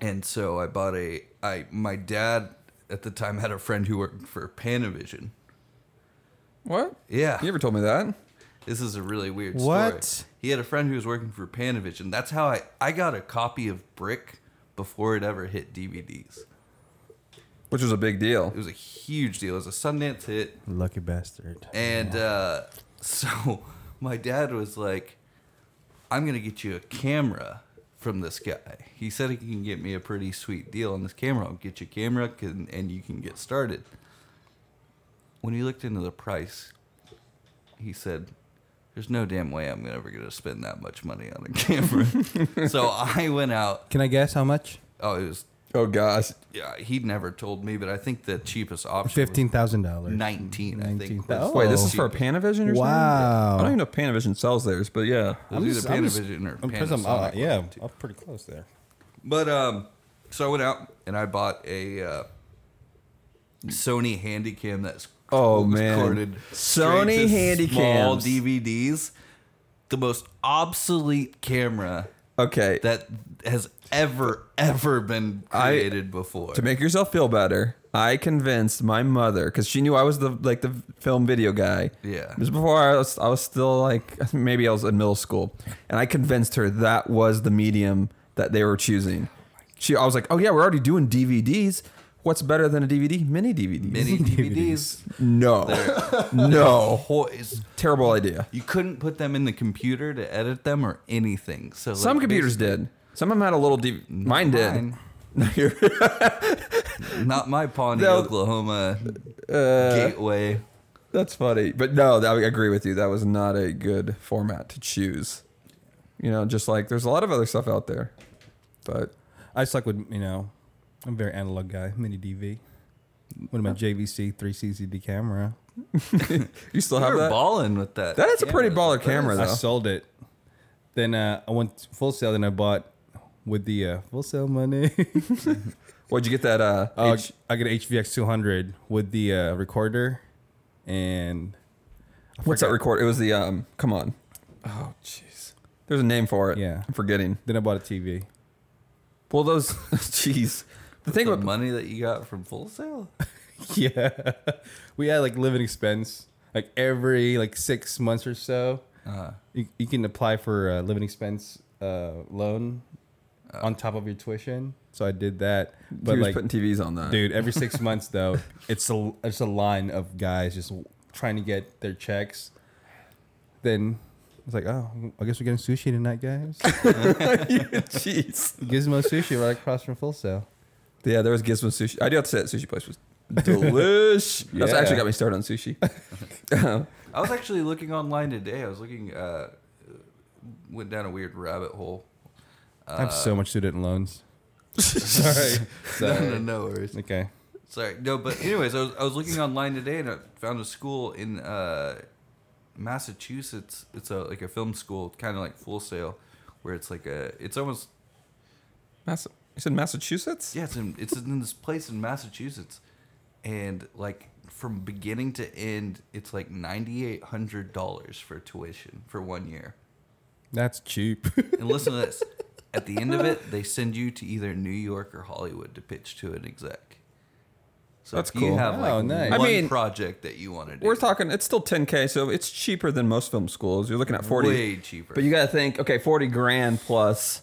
S3: And so I bought a I my dad at the time had a friend who worked for Panavision.
S4: What?
S3: Yeah.
S4: You ever told me that?
S3: This is a really weird
S2: What?
S3: story. He had a friend who was working for Panavision. That's how I I got a copy of Brick before it ever hit DVDs.
S4: Which was a big deal.
S3: It was a huge deal. It was a Sundance hit.
S2: Lucky bastard.
S3: And uh, <laughs> so my dad was like, I'm going to get you a camera from this guy. He said he can get me a pretty sweet deal on this camera. I'll get you a camera can, and you can get started. When he looked into the price, he said, There's no damn way I'm ever going to spend that much money on a <laughs> camera. so I went out.
S2: Can I guess how much?
S3: Oh, it was,
S4: Oh gosh.
S3: yeah, he'd never told me, but I think the cheapest option
S2: Fifteen thousand
S3: was
S2: dollars.
S3: 19, I think. was
S2: $19,000.
S4: Wait, this is
S3: the
S4: for a
S3: cheapest.
S4: Panavision or something?
S2: Wow.
S4: I don't even know if Panavision sells theirs, but yeah.
S3: It was either Panavision or Panasonic.
S2: yeah, I'm pretty close there.
S3: But um, so I went out and I bought a uh, Sony Handycam that's
S4: Oh,
S3: was
S4: man.
S3: corded
S4: Sony
S3: straight to small
S4: Handycams.
S3: DVDs, the most obsolete camera
S4: Okay.
S3: that has ever ever been
S4: I-
S3: created before.
S4: to make yourself feel better, I convinced my mother because she knew I was the like the film video guy.
S3: Yeah.
S4: This was before I was I was still like <laughs> maybe I was in middle school, and I convinced her that was the medium that they were choosing. She I was like, oh yeah, we're already doing DVDs. What's better than a DVD? Mini DVDs. <laughs>
S3: mini DVDs, <laughs>
S4: No, <laughs> no,
S3: Ho- is-
S4: terrible idea.
S3: you couldn't put them in the computer to edit them or anything. So like,
S4: Some computers did. Some of them had a little DV. Mine did.
S3: mine.
S4: <laughs> No, you're-
S3: not my Pawnee,
S4: They'll-
S3: Oklahoma
S4: uh,
S3: gateway.
S4: That's funny, but no, I agree with you. That was not a good format to choose. You know, just like there's a lot of other stuff out there, but
S2: I suck with you know, I'm a very analog guy. Mini DV. What am I? JVC three CCD camera.
S4: you still
S3: You
S4: have
S3: were
S4: that.
S3: balling with that.
S4: That is a pretty baller camera,
S2: I
S4: though.
S2: sold it. Then uh, I went full sale. Then I bought with the uh, full sale
S3: <laughs>
S2: money.
S4: What'd you get that? Uh,
S2: uh,
S4: H-
S2: I got an HVX 200 with the uh, recorder, and
S4: what's that record? It was the um. Come on. Oh jeez. There's a name for it.
S2: Yeah.
S4: I'm forgetting.
S2: then I bought a TV.
S4: Well, those. <laughs> Jeez. The thing
S3: the
S4: about
S3: money that you got from Full Sail.
S2: <laughs> yeah, we had like living expense. Like every like six months or so,
S4: Uh-huh.
S2: you, you can apply for a living expense uh, loan on top of your tuition. So I did that,
S4: Uh. he
S2: but
S4: was
S2: like
S4: putting TVs on that.
S2: dude every six months though it's a it's a line of guys just trying to get their checks then it's like oh i guess we're getting sushi tonight
S4: <laughs>
S2: guys
S4: <laughs> Jeez.
S2: gizmo sushi right across from full sale
S4: Yeah, there was Gizmo sushi. I do have to say that sushi <laughs> place was delish. That's
S2: Yeah.
S4: actually got me started on sushi.
S3: I was actually looking online today. I was looking uh, went down a weird rabbit hole.
S2: I have
S4: Uh.
S2: so much student
S4: <laughs>
S2: loans. Sorry.
S3: <laughs> No,
S2: Sorry.
S3: no, no worries.
S2: Okay.
S3: Sorry, no. But anyways, I was I was looking online today and I found a school in uh, Massachusetts. It's a like a film school, kind of like Full Sail, where it's like a it's almost
S4: <laughs> Massa- you said Massachusetts?
S3: Yeah, it's in, it's in this place in Massachusetts, and like from beginning to end, it's like ninety eight hundred dollars for tuition for one year.
S2: That's cheap. <laughs>
S3: And listen to this: at the end of it, they send you to either New York or Hollywood to pitch to an exec. So
S4: That's
S3: if You
S4: cool.
S3: have like
S2: Oh, nice.
S4: I
S3: one
S4: mean,
S3: project that you want to do.
S4: We're talking. It's still 10k, so it's cheaper than most film schools. You're looking at 40,
S3: way cheaper.
S4: but you got to think. Okay, 40 grand plus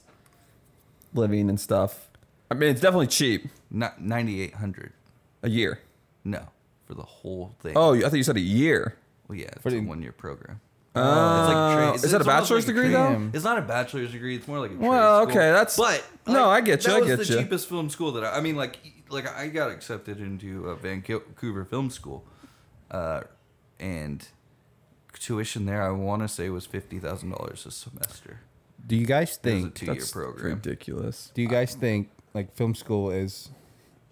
S4: living and stuff. I mean, it's definitely cheap
S3: not ninety eight hundred.
S4: a year.
S3: No, for the whole thing.
S4: Oh, I thought you said a year.
S3: well, yeah, it's
S2: For
S3: a
S2: the-
S3: one year program.
S4: Uh,
S3: tra-
S4: is that a
S3: almost
S4: bachelor's
S3: like a
S4: degree
S3: trade-
S4: though?
S2: Damn.
S3: It's not a bachelor's degree. It's more like a. trade
S4: Well,
S3: school.
S4: okay, that's-
S3: But
S4: no,
S3: like,
S4: I get you,
S3: That
S4: I
S3: was
S4: get
S3: the
S4: you.
S3: cheapest film school that I, I mean, like, like I got accepted into uh, Vancouver Film School, uh, and tuition there I want to say was fifty thousand dollars a semester.
S2: Do you guys
S3: It was a
S2: think?
S3: two year
S4: That's
S3: program.
S4: ridiculous,
S2: Do you guys think like film school is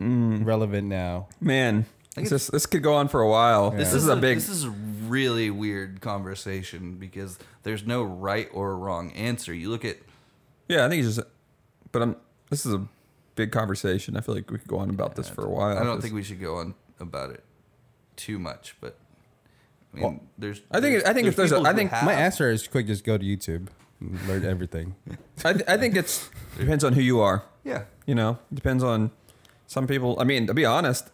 S4: Mm.
S2: relevant now?
S4: man.
S3: think
S4: This, this could go on for a while. This, is, a big.
S3: This is a really weird conversation because there's no right or wrong answer. You look at
S4: yeah, I think it's just. But I'm. This is a big conversation. I feel like we could go on about this for a while.
S3: I don't
S4: 'cause
S3: think we should go on about it too much, but I mean, there's.
S4: I think-
S3: there's-
S4: I think if there's a-
S3: people
S4: I
S3: who
S4: think
S3: have-
S2: My answer is quick. Just go to YouTube, and learn
S4: <laughs>
S2: everything.
S4: I, th- I think it's depends on who you are.
S3: Yeah,
S4: You know, depends on some people. I mean, to be honest,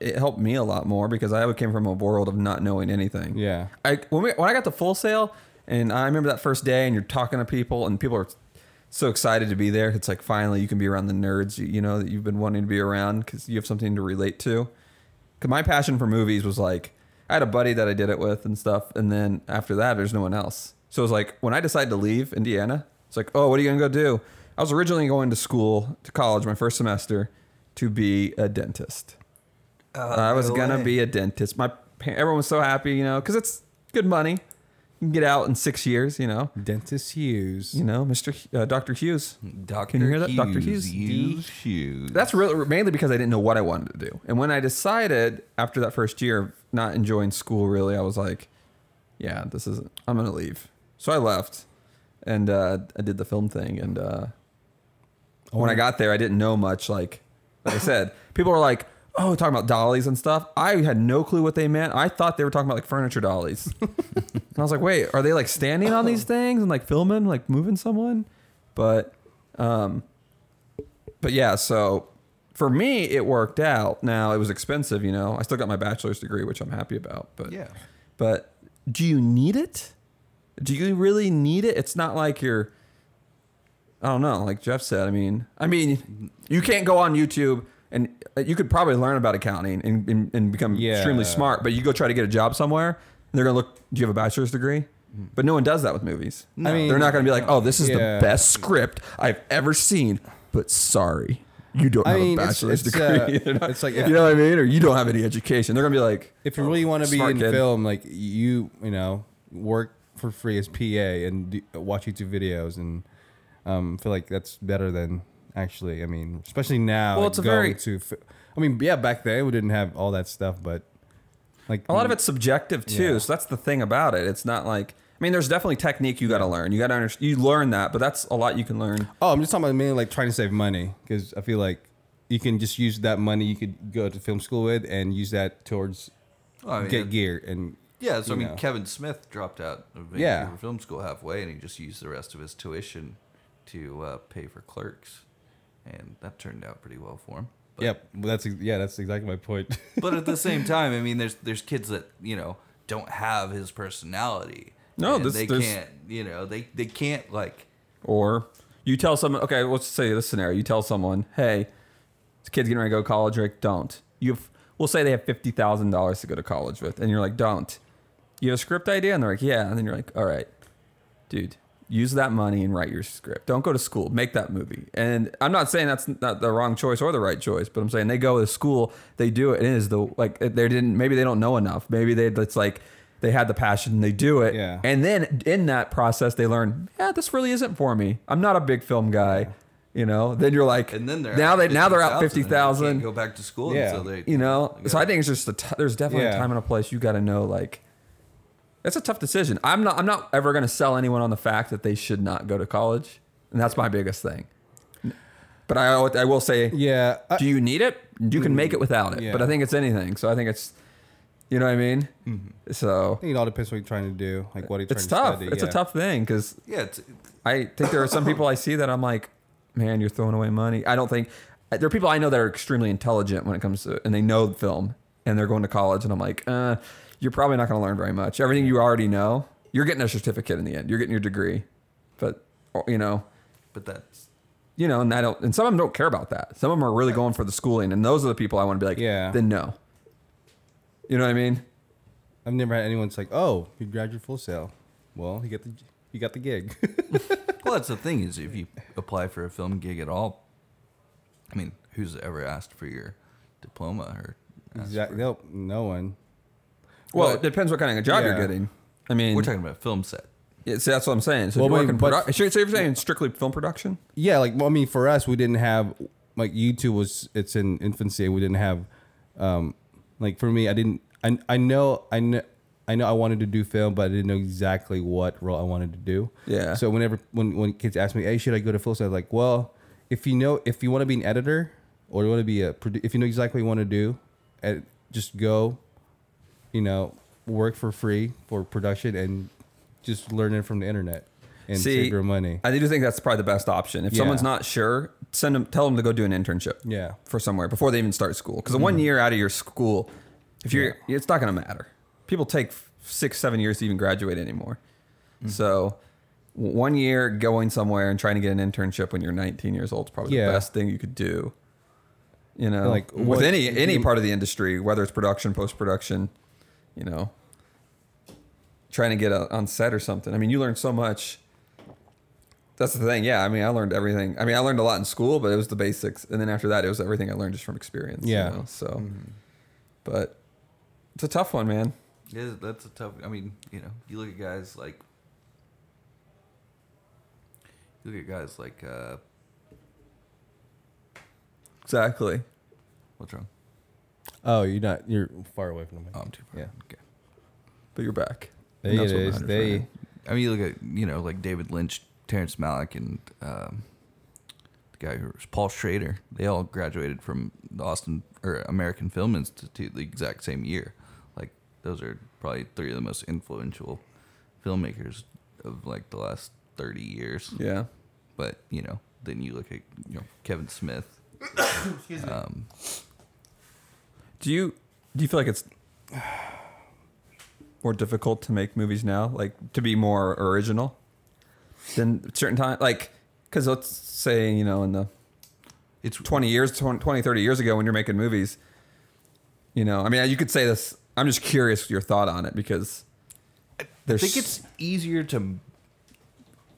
S4: it helped me a lot more because I came from a world of not knowing anything.
S2: Yeah.
S4: I when we, when I got to Full Sail, and I remember that first day, and you're talking to people, and people are so excited to be there. It's like finally you can be around the nerds, you, you know, that you've been wanting to be around because you have something to relate to. Because my passion for movies was like I had a buddy that I did it with and stuff, and then after that, there's no one else. So it's like when I decided to leave Indiana, it's like, oh, what are you gonna go do? I was originally going to school to college my first semester to be a dentist. I was
S3: Oh, no
S4: gonna
S3: way.
S4: be a dentist. My pa- everyone was so happy, you know, because it's good money. You can get out in six years, you know.
S2: Dentist Hughes.
S4: You know, Mister uh, Doctor Hughes.
S3: Doctor.
S4: Can you hear that, Dr. Hughes?
S3: Hughes. Hughes.
S4: That's really mainly because I didn't know what I wanted to do. And when I decided after that first year of not enjoying school, really, I was like, yeah, this isn't. I'm gonna leave. So I left, and uh, I did the film thing. And uh, when I got there, I didn't know much. Like, like I said, <laughs> people were like, "Oh, talking about dollies and stuff." I had no clue what they meant. I thought they were talking about like furniture dollies, and I was like, "Wait, are they like standing on these things and like filming, like moving someone?" But, um, but yeah. So for me, it worked out. Now it was expensive, you know. I still got my bachelor's degree, which I'm happy about. But
S3: Yeah.
S4: but do you need it? Do you really need it? It's not like you're I don't know, like Jeff said. I mean, I mean, you can't go on YouTube and uh, you could probably learn about accounting and, and, and become
S2: Yeah.
S4: extremely smart, but you go try to get a job somewhere, and they're going to look, do you have a bachelor's degree? But no one does that with movies.
S3: No.
S4: I mean, they're not going to be like, "Oh, this is
S2: Mm. Yeah.
S4: the best script I've ever seen," but sorry, you don't
S2: I
S4: have
S2: mean,
S4: a
S2: it's-
S4: bachelor's
S2: it's, uh,
S4: degree. <laughs> They're not-
S2: it's like-
S4: you know what I mean, or you don't have any education. They're going to be like,
S2: If you really want to be
S4: Smart
S2: in
S4: kid.
S2: film, like you, you know, work for free as PA and do, watch YouTube videos, and um, feel like that's better than actually. I mean, especially now.
S4: Well,
S2: like,
S4: it's a
S2: going
S4: very-
S2: to. fi- I mean, yeah, back then we didn't have all that stuff, but like
S4: A lot of it's subjective too,
S2: Yeah.
S4: so that's the thing about it. It's not like I mean, there's definitely technique you got to learn. You got to understand. You learn that, but that's a lot you can learn.
S2: Oh, I'm just talking about mainly like trying to save money because I feel like you can just use that money you could go to film school with and use that towards
S3: Oh, I mean,
S2: get gear and
S3: Yeah, so I
S2: you
S3: mean,
S2: know.
S3: Kevin Smith dropped out of Vancouver
S2: Yeah.
S3: Film School halfway, and he just used the rest of his tuition to uh, pay for clerks, and that turned out pretty well for him. But,
S2: yep. Well, that's ex- yeah, that's exactly my point. <laughs>
S4: <laughs>
S3: but at the same time, I mean, there's there's kids that you know don't have his personality.
S4: No,
S3: and
S4: this-
S3: they
S4: there's-
S3: can't. You know, they they can't like.
S4: Or you tell someone, okay, let's say this scenario. You tell someone, hey, this kid's getting ready to go to college. You're like, don't. You've we'll say they have fifty thousand dollars to go to college with, and you're like, don't. You have a script idea, and they're like, yeah, and then you're like, all right, dude, use that money and write your script. Don't go to school. Make that movie. And I'm not saying that's not the wrong choice or the right choice, but I'm saying they go to school, they do it. and It is the like they didn't. Maybe they don't know enough. Maybe they it's like they had the passion and they do it.
S2: Yeah.
S4: And then in that process, they learn, yeah, this really isn't for me. I'm not a big film guy. You know. Then you're like,
S3: And then they're
S4: now
S3: out
S4: they now they're out
S3: 50,000,
S4: fifty
S3: and they
S4: thousand.
S3: can't Go back to school
S2: Yeah.
S3: until they
S4: You know. So
S3: Yeah.
S4: I think it's just a t- there's definitely
S2: Yeah.
S4: a time and a place you got to know like. That's a tough decision. I'm not. I'm not ever going to sell anyone on the fact that they should not go to college, and that's my biggest thing. But I, al- I will say,
S2: Yeah. I-
S4: do you need it? You can make it without it.
S2: yeah.
S4: But I think it's anything. So I think it's, you know what I mean?
S3: Mm-hmm.
S2: I
S4: So
S2: think it all depends what you're trying to do, like what you're trying
S4: it's
S2: to
S4: tough.
S2: study.
S4: It's a
S2: yeah.
S4: tough thing because
S3: Yeah, it's,
S4: I think there are some people I see that I'm like, man, you're throwing away money. I don't think there are people I know that are extremely intelligent when it comes to, and they know film and they're going to college. And I'm like, uh, you're probably not going to learn very much. Everything you already know, you're getting a certificate in the end. You're getting your degree. But, or, you know,
S3: but that's
S4: you know, and I don't, and some of them don't care about that. Some of them are really going for the schooling, and those are the people I want to be like,
S2: Yeah.
S4: then no. You know what I mean?
S2: I've never had anyone's like, oh, you graduated full sale. Well, you get the you got the gig. <laughs>
S3: well, that's the thing is if you apply for a film gig at all, I mean, who's ever asked for your diploma or asked
S2: exactly.
S3: for-
S2: Nope. No one.
S4: Well,
S2: Well,
S4: it depends what kind of job
S2: yeah.
S4: you're getting. I mean,
S3: We're talking about film set.
S4: yeah, so that's what I'm saying. So, if
S2: Well,
S4: you're
S2: wait,
S4: working
S2: but-
S4: produ- so you're saying strictly film production?
S2: Yeah, like well, I mean, for us, we didn't have like YouTube was it's in infancy. We didn't have um like for me, I didn't. I I know I know. I know I wanted to do film, but I didn't know exactly what role I wanted to do.
S4: Yeah.
S2: So whenever when when kids ask me, "Hey, should I go to film?" I was like, "Well, if you know if you want to be an editor or you want to be a produ- if you know exactly what you want to do, and just go, you know, work for free for production and just learn it from the internet and
S4: See,
S2: save your money."
S4: I do think that's probably the best option. If someone's
S2: Yeah.
S4: not sure, send them, tell them to go do an internship.
S2: Yeah. Mm-hmm.
S4: For somewhere before they even start school, because one year out of your school, if you're, it's not going to matter. People take f- six, seven years to even graduate anymore.
S2: Mm.
S4: So, w- one year going somewhere and trying to get an internship when you're 19 years old is probably
S2: Yeah.
S4: the best thing you could do. You know,
S2: Like,
S4: like
S2: what-
S4: with any any part of the industry, whether it's production, post production, you know, trying to get a, on set or something. I mean, you learn so much. That's the thing. Yeah, I mean, I learned everything. I mean, I learned a lot in school, but it was the basics, and then after that, it was everything I learned just from experience. you
S2: Yeah.
S4: know, So, but it's a tough one, man.
S3: Yeah, that's a tough. I mean, you know, you look at guys like you look at guys like uh,
S4: Exactly.
S3: what's wrong?
S2: Oh, you're not. You're far away from the mic.
S3: Oh, I'm too far.
S2: Yeah.
S3: Okay.
S4: But you're back.
S2: They
S4: And that's
S2: it
S4: what
S2: is.
S4: matters,
S2: They
S4: right?
S3: I mean, you look at you know like David Lynch, Terrence Malick, and um, the guy who was Paul Schrader. They all graduated from the Austin or American Film Institute the exact same year. Like those are probably three of the most influential filmmakers of like the last thirty years.
S4: Yeah.
S3: But you know, then you look at you know Kevin Smith. Um,
S4: Do you do you feel like it's <sighs> more difficult to make movies now, like to be more original than certain time, like because let's say you know in the
S3: it's
S4: 20 years 20 30 years ago when you're making movies you know i mean you could say this i'm just curious your thought on it because
S3: I
S4: there's
S3: think it's easier to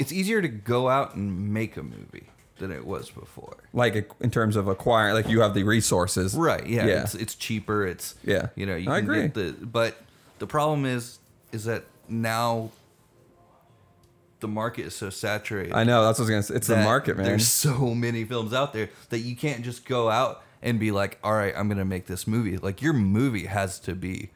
S3: it's easier to go out and make a movie than it was before.
S4: like in terms of acquiring like you have the resources
S3: Right. Yeah.
S4: yeah
S3: It's, it's cheaper. It's
S4: Yeah.
S3: You know. You
S4: I
S3: can
S4: agree.
S3: Get the, but the problem is, is that now the market is so saturated.
S4: i know that's what i was gonna say it's the
S3: that
S4: market man
S3: There's so many films out there that you can't just go out and be like, all right, I'm gonna make this movie. Like your movie has to be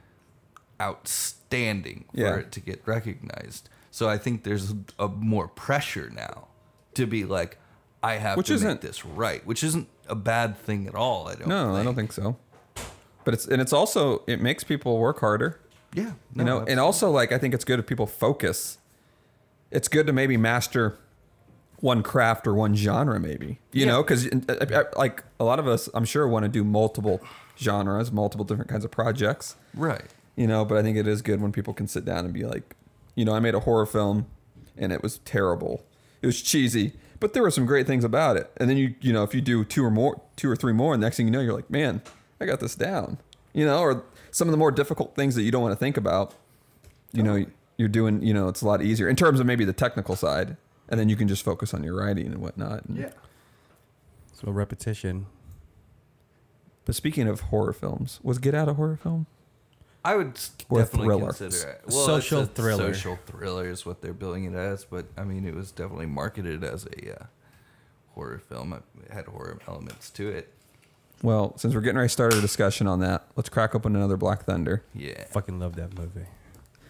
S3: outstanding for
S4: Yeah.
S3: it to get recognized. So I think there's a more pressure now to be like, I have
S4: Which
S3: to make
S4: isn't-
S3: this right, which isn't a bad thing at all. I don't.
S4: no i don't think so but it's and it's also it makes people work harder
S3: Yeah.
S4: you know and also like i think it's good if people focus it's good to maybe master one craft or one genre maybe you know because uh, like a lot of us i'm sure want to do multiple genres multiple different kinds of projects
S3: Right.
S4: you know but i think it is good when people can sit down and be like you know i made a horror film and it was terrible it was cheesy but there were some great things about it and then you you know if you do two or more two or three more and next thing you know you're like man i got this down you know or some of the more difficult things that you don't want to think about you know you're doing you know it's a lot easier in terms of maybe the technical side and then you can just focus on your writing and whatnot and-
S2: so repetition.
S4: but speaking of horror films was get out a horror film
S3: I would s-
S4: Or a
S3: definitely
S4: thriller.
S3: consider it.
S2: Social
S3: it's a
S2: thriller.
S3: Social thriller is what they're billing it as, but I mean, it was definitely marketed as a uh, horror film. It had horror elements to it.
S4: Well, since we're getting ready to start our discussion on that, let's crack open another Black Thunder.
S3: Yeah.
S2: Fucking love that movie.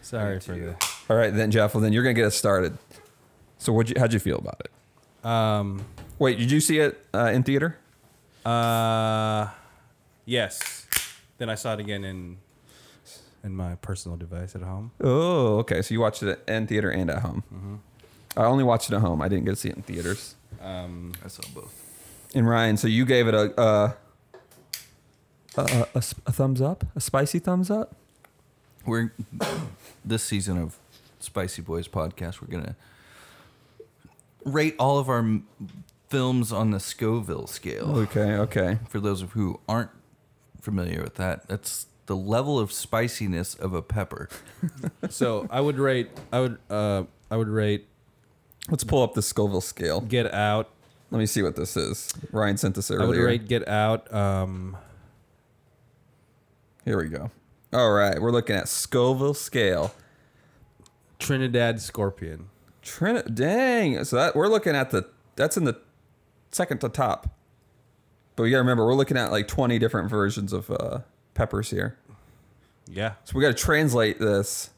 S2: Sorry
S3: Me
S2: for
S3: too.
S2: the.
S4: All right, then Jeff. Well, then you're gonna get us started. So, what you, how'd you feel about it?
S2: Um.
S4: Wait, did you see it uh, in theater?
S2: Uh. Yes. Then I saw it again in in my personal device at home.
S4: Oh, okay. So you watched it in theater and at home.
S2: Mm-hmm.
S4: I only watched it at home. I didn't get to see it in theaters.
S3: I saw both.
S4: And Ryan, so you gave it a a, a, a, a s- a thumbs up, a spicy thumbs up.
S3: We're <coughs> this season of Spicy Boys podcast. We're gonna rate all of our m- films on the Scoville scale.
S4: Okay, okay.
S3: for those of who aren't familiar with that, that's the level of spiciness of a pepper.
S2: So I would rate. I would. Uh. I would rate
S4: Let's pull up the Scoville scale.
S2: Get Out.
S4: Let me see what this is. Ryan sent this earlier.
S2: I would rate Get Out. Um.
S4: Here we go. All right, we're looking at Scoville scale.
S2: Trinidad Scorpion.
S4: Trin- dang. So that we're looking at the that's in the second to top. But we gotta remember we're looking at like twenty different versions of uh, peppers here.
S2: Yeah.
S4: So we gotta translate this.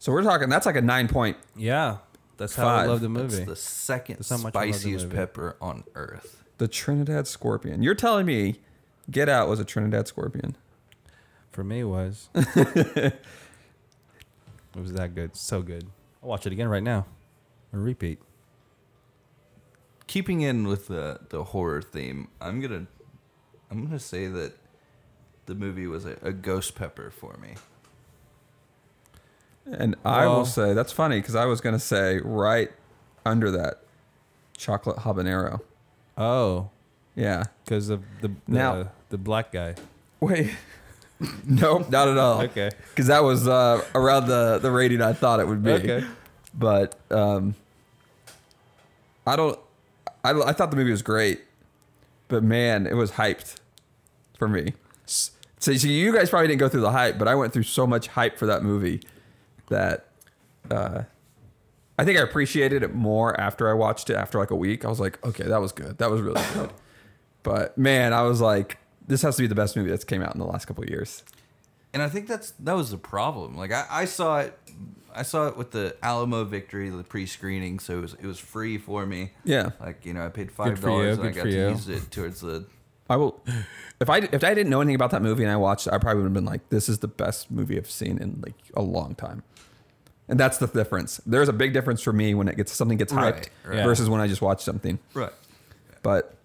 S4: So we're talking that's like a nine point.
S2: Yeah. That's how I
S4: Five.
S2: love the
S3: It's
S2: movie.
S3: the second
S2: how much I love the
S3: spiciest
S2: movie.
S3: pepper on earth.
S4: The Trinidad Scorpion. You're telling me Get Out was a Trinidad Scorpion.
S2: for me
S4: <laughs>
S2: was. it was that good. So good. I'll watch it again right now. And repeat.
S3: Keeping in with the the horror theme, I'm gonna I'm gonna say that the movie was a, a ghost pepper for me.
S4: And I
S2: Well-
S4: will say that's funny because I was gonna say right under that chocolate habanero.
S2: Oh,
S4: Yeah.
S2: because of the the,
S4: Now-
S2: the black guy.
S4: Wait. nope, not at all.
S2: Okay.
S4: <laughs> Because that was uh, around the, the rating I thought it would be.
S2: Okay.
S4: But um, I don't. I, I thought the movie was great, but man, it was hyped for me. S- So, so you guys probably didn't go through the hype, but I went through so much hype for that movie that uh, I think I appreciated it more after I watched it. After like a week, I was like, okay, that was good. That was really good. But man, I was like, this has to be the best movie that's came out in the last couple of years.
S3: And I think that's that was the problem. Like I, I saw it I saw it with the Alamo Victory, the pre screening, so it was it was free for me.
S4: Yeah.
S3: Like, you know, I paid five
S2: for you,
S3: dollars and I
S2: good
S3: got
S2: for
S3: to
S2: you.
S3: use it towards the
S4: I will. If I if I didn't know anything about that movie and I watched it, I probably would have been like, "This is the best movie I've seen in like a long time." And that's the difference. There's a big difference for me when it gets something gets hyped
S3: Right, right.
S4: versus when I just watch something.
S3: Right.
S4: But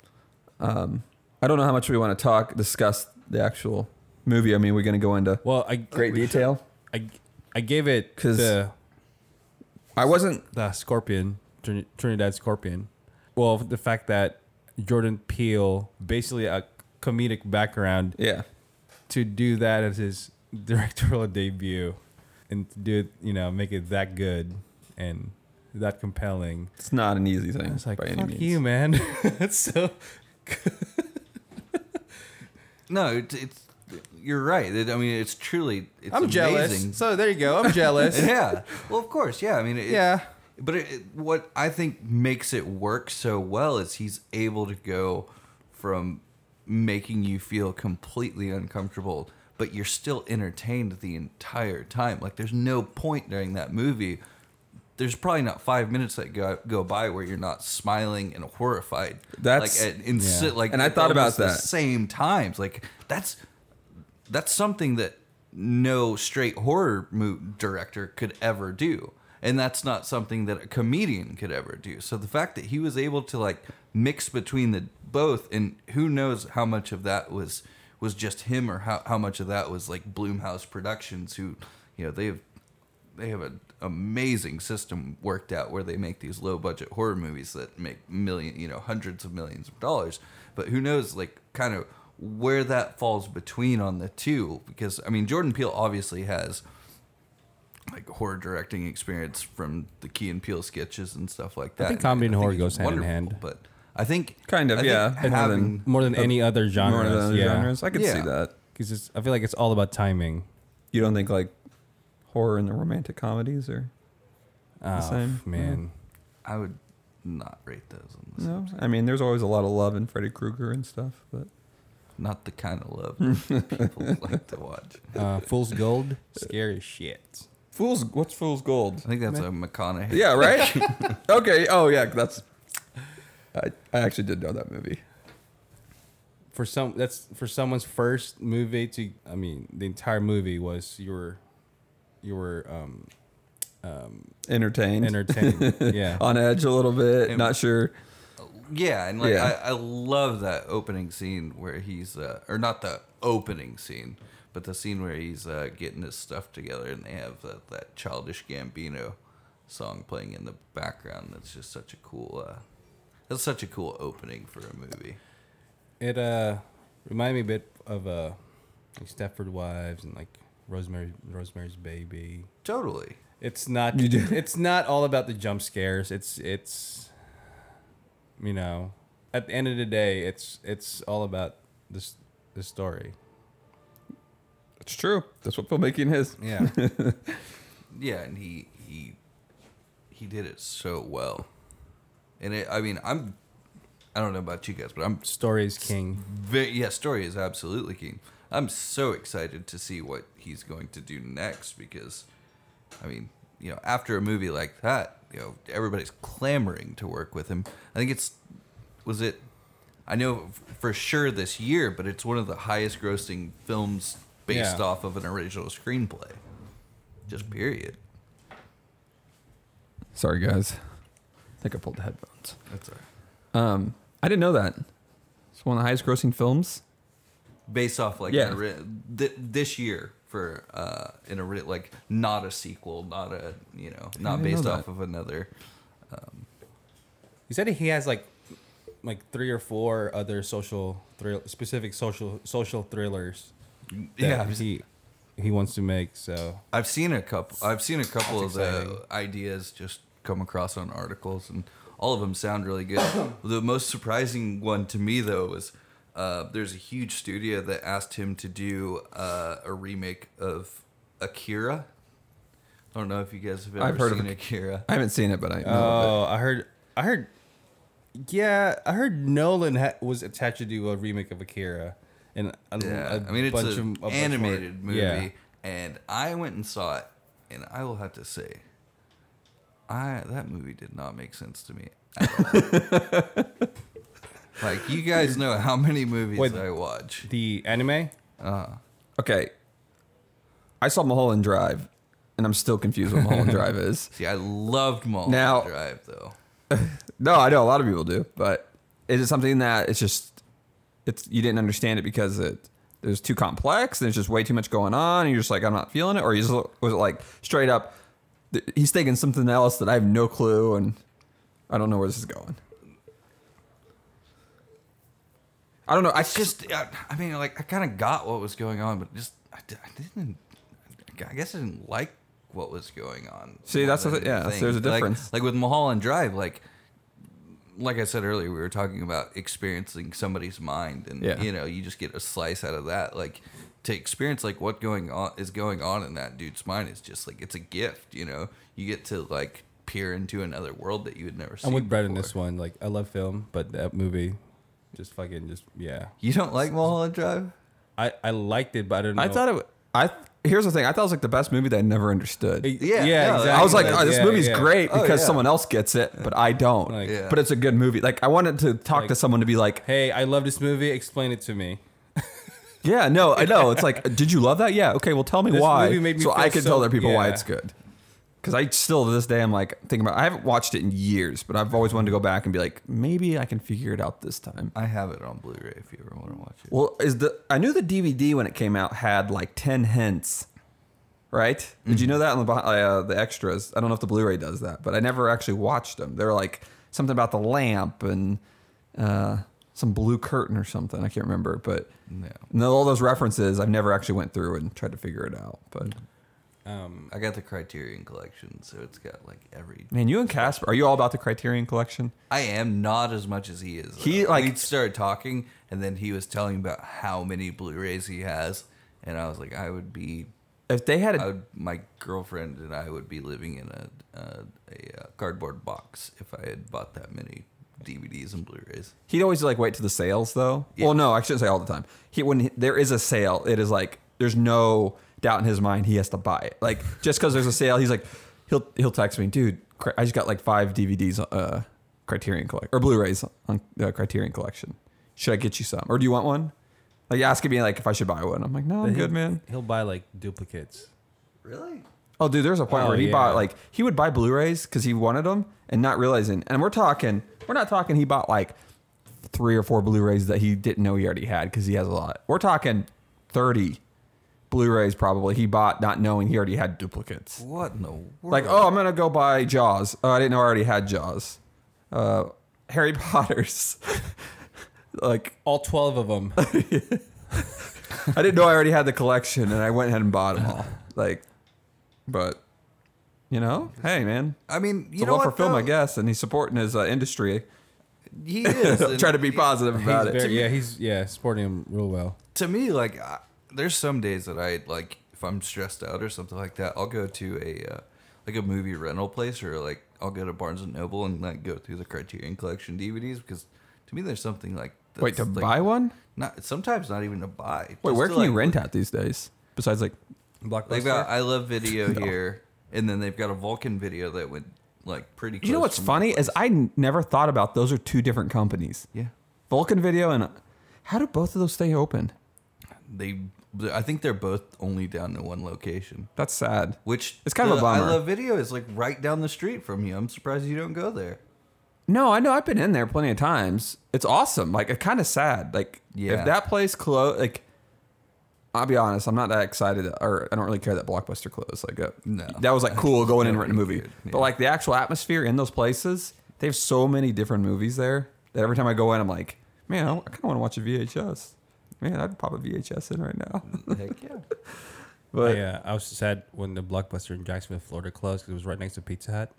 S4: um, I don't know how much we want to talk discuss the actual movie. I mean, we're going to go into
S2: Well, I
S4: great detail.
S2: I I gave it
S4: 'Cause-
S2: the
S4: I wasn't.
S2: the scorpion Trin- Trinidad scorpion. Well, the fact that Jordan Peele basically a comedic background
S4: Yeah,
S2: to do that as his <laughs> directorial debut and to do it, you know, make it that good and that compelling.
S4: it's not an easy thing
S2: It's like,
S4: by any
S2: fuck
S4: means.
S2: you, man. <laughs> That's so.
S3: No, it's, it's you're right. It, I mean, it's truly it's
S2: I'm
S3: amazing.
S2: jealous. So there you go. I'm jealous.
S3: yeah. <laughs> Well, of course. Yeah. I mean, it,
S2: Yeah.
S3: But it, it- what I think makes it work so well is he's able to go from making you feel completely uncomfortable, but you're still entertained the entire time. Like, there's no point during that movie. There's probably not five minutes that go, go by where you're not smiling and horrified.
S4: That's-
S3: like, at, in, si-
S2: Yeah.
S3: like
S4: And I
S3: at
S4: thought about
S3: almost the
S4: that.
S3: same times. Like that's that's something that no straight horror mo- director could ever do and that's not something that a comedian could ever do so the fact that he was able to like mix between the both and who knows how much of that was was just him or how, how much of that was like bloomhouse productions who you know they've they have an amazing system worked out where they make these low budget horror movies that make million you know hundreds of millions of dollars but who knows like kind of where that falls between on the two because i mean jordan peele obviously has like horror directing experience from the key and peele sketches and stuff like that
S2: think comedy and horror
S3: he's
S2: goes hand in
S3: wonderful,
S2: hand.
S3: but i think
S4: Kind of,
S3: I think
S4: yeah. More than-
S3: having,
S2: More than any other genre.
S4: <laughs> More than other
S2: yeah.
S4: genres, I could see
S3: Yeah.
S4: that.
S2: Because I feel like it's all about timing.
S4: you don't think like horror and the romantic comedies are
S2: Oh,
S4: same.
S2: man.
S3: I would not rate those. On the
S4: no?
S3: same-
S4: I mean, there's always a lot of love in Freddy Krueger and stuff, but
S3: Not the kind of
S4: <laughs>
S3: love that people like to watch.
S2: <laughs> Uh, Fool's Gold, scary as shit.
S4: Fool's what's Fool's Gold?
S3: I think that's a McConaughey.
S4: Yeah, <laughs> right. okay. Oh yeah, that's. I, I actually did know that movie.
S2: For some, that's for someone's first movie. To I mean, the entire movie was you were, you were <laughs> um,
S4: Entertained,
S2: entertained. <laughs> yeah,
S4: on edge a little bit,
S3: It-
S4: not sure.
S3: Yeah, and like
S4: Yeah.
S3: I, I love that opening scene where he's uh, or not the opening scene, but the scene where he's uh, getting his stuff together and they have uh, that childish Gambino song playing in the background. That's just such a cool. Uh, that's such a cool opening for a movie.
S2: it uh reminded me a bit of uh like Stepford Wives and like Rosemary Rosemary's Baby.
S3: Totally.
S2: It's not
S4: You do-
S2: it's not all about the jump scares. It's it's you know at the end of the day it's it's all about this the story.
S4: It's true. That's what filmmaking is.
S2: <laughs> Yeah.
S3: Yeah, and he he he did it so well. And it, I mean, I'm I don't know about you guys, but I'm
S2: Story's king.
S3: Very, yeah, story is absolutely king. I'm so excited to see what he's going to do next because, I mean, you know, after a movie like that, you know, everybody's clamoring to work with him. I think it's was it. I know f- for sure this year, but it's one of the highest grossing films based
S2: Yeah.
S3: off of an original screenplay. Just period.
S4: Sorry guys, I think I pulled the headphones.
S3: That's all right.
S4: Um, I didn't know that. It's one of the highest grossing films.
S3: based off like
S4: Yeah.
S3: an ori- th- this year for uh in a ri- like not a sequel not a you know not
S4: didn't
S3: based
S4: know
S3: off
S4: that.
S3: of another
S2: He said he has like like three or four other social thrill specific social social thrillers that
S3: yeah I've-
S2: he he wants to make so
S3: i've seen a couple i've seen a couple of
S2: That's
S3: the
S2: exciting.
S3: ideas just come across on articles and all of them sound really good <coughs> the most surprising one to me though was uh, there's a huge studio that asked him to do uh, a remake of akira i don't know if you guys have ever
S4: I've heard of
S3: seen
S4: Ak-
S3: akira
S4: I haven't seen it, but I know. of it.
S2: Oh, I heard. I heard. Yeah, I heard Nolan ha- was attached to do a remake of Akira, and a,
S3: Yeah,
S2: a
S3: I mean it's
S2: bunch
S3: an
S2: of a bunch
S3: animated
S2: more-
S3: movie,
S2: Yeah.
S3: and I went and saw it, and I will have to say, I that movie did not make sense to me.
S2: <laughs>
S3: at all. like you guys know how many movies
S2: Wait.
S3: I watch.
S2: The anime.
S4: Okay, I saw Mulholland Drive, and I'm still confused what Mulholland Drive is.
S3: See, I loved Mulholland
S4: Now-
S3: Drive though.
S4: No, I know a lot of people do, but is it something that it's just it's you didn't understand it because it it was too complex and there's just way too much going on and you're just like I'm not feeling it, or you just, was it like straight up th- he's taking something else that I have no clue and I don't know where this is going. I don't know. I
S3: It's just, I, I mean, like I kind of got what was going on, but just I, di- I didn't. I guess I didn't like what was going on.
S4: See, that's
S3: more
S4: the
S3: than
S4: thi- yeah,
S3: anything.
S4: there's a
S3: Like-
S4: difference.
S3: Like, with Mulholland Drive, like like I said earlier, we were talking about experiencing somebody's mind, and
S4: Yeah.
S3: you know, you just get a slice out of that. Like to experience like what going on is going on in that dude's mind is just like it's a gift. You know, you get to like peer into another world that you had never seen.
S2: I'm with Brett in
S3: before.
S2: this one. Like, I love film, but that movie, just fucking, just yeah.
S3: You don't like Mulholland Drive?
S2: I I liked it, but I didn't.
S4: I
S2: know-
S4: thought it. wa- I here's the thing. I thought it was like the best movie that I never understood.
S2: yeah,
S3: yeah,
S2: exactly.
S4: I was like,
S3: Like,
S4: oh, this
S2: yeah,
S4: movie's
S2: yeah.
S4: great
S3: Oh,
S4: because
S3: yeah.
S4: someone else gets it, but I don't.
S2: Like-
S3: Yeah.
S4: But it's a good movie. Like I wanted to talk to
S2: Like-
S4: someone to be like,
S2: Hey, I love this movie. Explain it to me.
S4: yeah, no, I know. It's like, did you love that? Yeah. Okay. Well, tell me
S2: This
S4: why,
S2: movie made me
S4: so I
S2: feel
S4: can
S2: so-
S4: tell other people why
S2: yeah.
S4: it's good. Because I still to this day I'm like thinking about. I haven't watched it in years, but I've always wanted to go back and be like, maybe I can figure it out this time.
S3: I have it on Blu-ray if you ever want to watch it.
S4: Well, is the I knew the DVD when it came out had like ten hints, right? Did you know that on the beh- uh, the extras? I don't know if the Blu-ray does that, but I never actually watched them. They're like something about the lamp and uh, some blue curtain or something. I can't remember, but
S3: No.
S4: and then all those references I've never actually went through and tried to figure it out. But
S3: I got the Criterion collection, so it's got like every.
S4: man, you and Casper, are you all about the Criterion Collection?
S3: I am not as much as he is.
S4: He,
S3: though.
S4: like-
S3: we started talking, and then he was telling about how many Blu-rays he has, and I was like, I would be
S4: if they had
S3: I
S4: a
S3: would, my girlfriend and I would be living in a, a a uh, cardboard box if I had bought that many DVDs and Blu-rays.
S4: He'd always like wait to the sales though.
S3: Yeah.
S4: Well, no, I shouldn't say all the time. He when he- there is a sale, it is like there's no doubt in his mind he has to buy it. Like just because there's a sale, he's like he'll he'll text me, dude. cri- I just got like five DVDs, uh, Criterion collect or Blu-rays on uh, Criterion collection. Should I get you some, or do you want one? Like asking me like if I should buy one. I'm like, no, I'm
S2: He'll-
S4: good, man.
S2: He'll buy like duplicates.
S3: Really?
S4: Oh, dude, there's a point
S2: Oh,
S4: where he
S2: yeah.
S4: bought like he would buy Blu-rays because he wanted them and not realizing. And we're talking, we're not talking. He bought like three or four Blu-rays that he didn't know he already had because he has a lot. We're talking thirty Blu-rays probably he bought not knowing he already had duplicates.
S3: What in the world?
S4: Like, oh, I'm gonna go buy Jaws. Oh, I didn't know I already had Jaws. Uh, Harry <laughs> Potter's. like,
S2: All twelve of
S4: <laughs>
S2: them.
S4: I didn't know I already had the collection, and I went ahead and bought them all. Like, but you know, hey, man.
S3: I mean,
S4: oh,
S3: you
S4: It's a
S3: know
S4: love
S3: what?
S4: for film,
S3: though?
S4: I guess, and he's supporting his uh, industry. <laughs>
S3: He is and
S4: Try to be positive about it.
S2: yeah, he's yeah, supporting him real well.
S3: to me, like, I, there's some days that I like if I'm stressed out or something like that, I'll go to a uh, like a movie rental place or like I'll go to Barnes and Noble and like go through the Criterion Collection DVDs because to me there's something like
S4: Wait, to
S3: that's, like,
S4: buy one?
S3: Not sometimes not even to buy.
S4: Wait,
S3: just
S4: where
S3: to,
S4: can you
S3: like,
S4: rent at these days? Besides, like,
S3: They've
S2: Blockbuster.
S3: got I Love Video
S4: <laughs> No.
S3: here, and then they've got a Vulcan video that went like pretty. Close
S4: you know what's
S3: to my
S4: funny
S3: place.
S4: is I n- never thought about those are two different companies.
S3: yeah
S4: Vulcan Video and uh, how do both of those stay open?
S3: they I think they're both only down to one location,
S4: That's sad.
S3: which
S4: It's kind of a
S3: the I
S4: bummer.
S3: Love Video is like right down the street from you. I'm surprised you don't go there.
S4: No, I know I've been in there plenty of times. It's awesome. Like, it's kind of sad. Like,
S3: Yeah.
S4: if that place closed, like, I'll be honest, I'm not that excited, or I don't really care that Blockbuster closed. Like, uh,
S3: No.
S4: that was like cool going in and renting a
S3: Nobody
S4: movie.
S3: cared, yeah.
S4: But like the actual atmosphere in those places, they have so many different movies there that every time I go in, I'm like, man, I kind of want to watch a VHS. Man, I'd pop a VHS in right now.
S3: Mm, Heck yeah.
S4: <laughs> but
S2: I, uh, I was sad when the Blockbuster in Jacksonville, Florida closed because it was right next to Pizza Hut.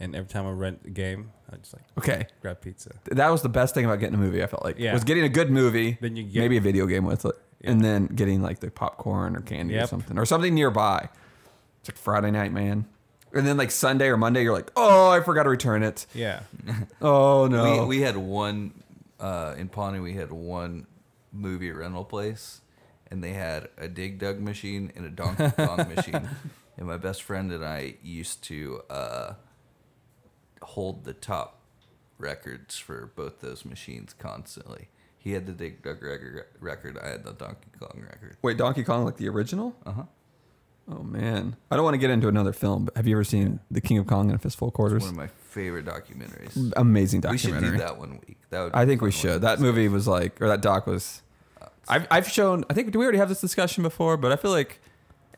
S2: And every time I rent a game, I just like
S4: okay,
S2: grab pizza.
S4: that was the best thing about getting a movie. I felt like
S2: Yeah.
S4: was getting a good movie,
S2: Then you get-
S4: maybe a video game with it, and then getting like the popcorn or candy or
S2: Yep.
S4: something or something nearby. It's like Friday night, man. And then like Sunday or Monday, you're like, oh, I forgot to return it. <laughs>
S2: Yeah.
S4: Oh no,
S3: We, we had one uh, in Pawnee. We had one movie rental place, and they had a dig dug machine and
S4: <laughs>
S3: a donkey kong machine. And my best friend and I used to uh, hold the top records for both those machines constantly. He had the dig dug record, record. I had the donkey kong record.
S4: Wait, Donkey Kong, like the original?
S3: Uh huh.
S2: Uh-huh.
S4: Oh man, I don't want to get into another film, but have you ever seen The King of Kong and a Fistful of Quarters?
S3: One of my favorite documentaries.
S4: Amazing
S3: We should
S4: documentary.
S3: do that one week. That would. be
S4: I think
S3: a
S4: we
S3: fun one.
S4: should. That movie was like, or that doc was. I've I've shown. I think do we already have this discussion before? But I feel like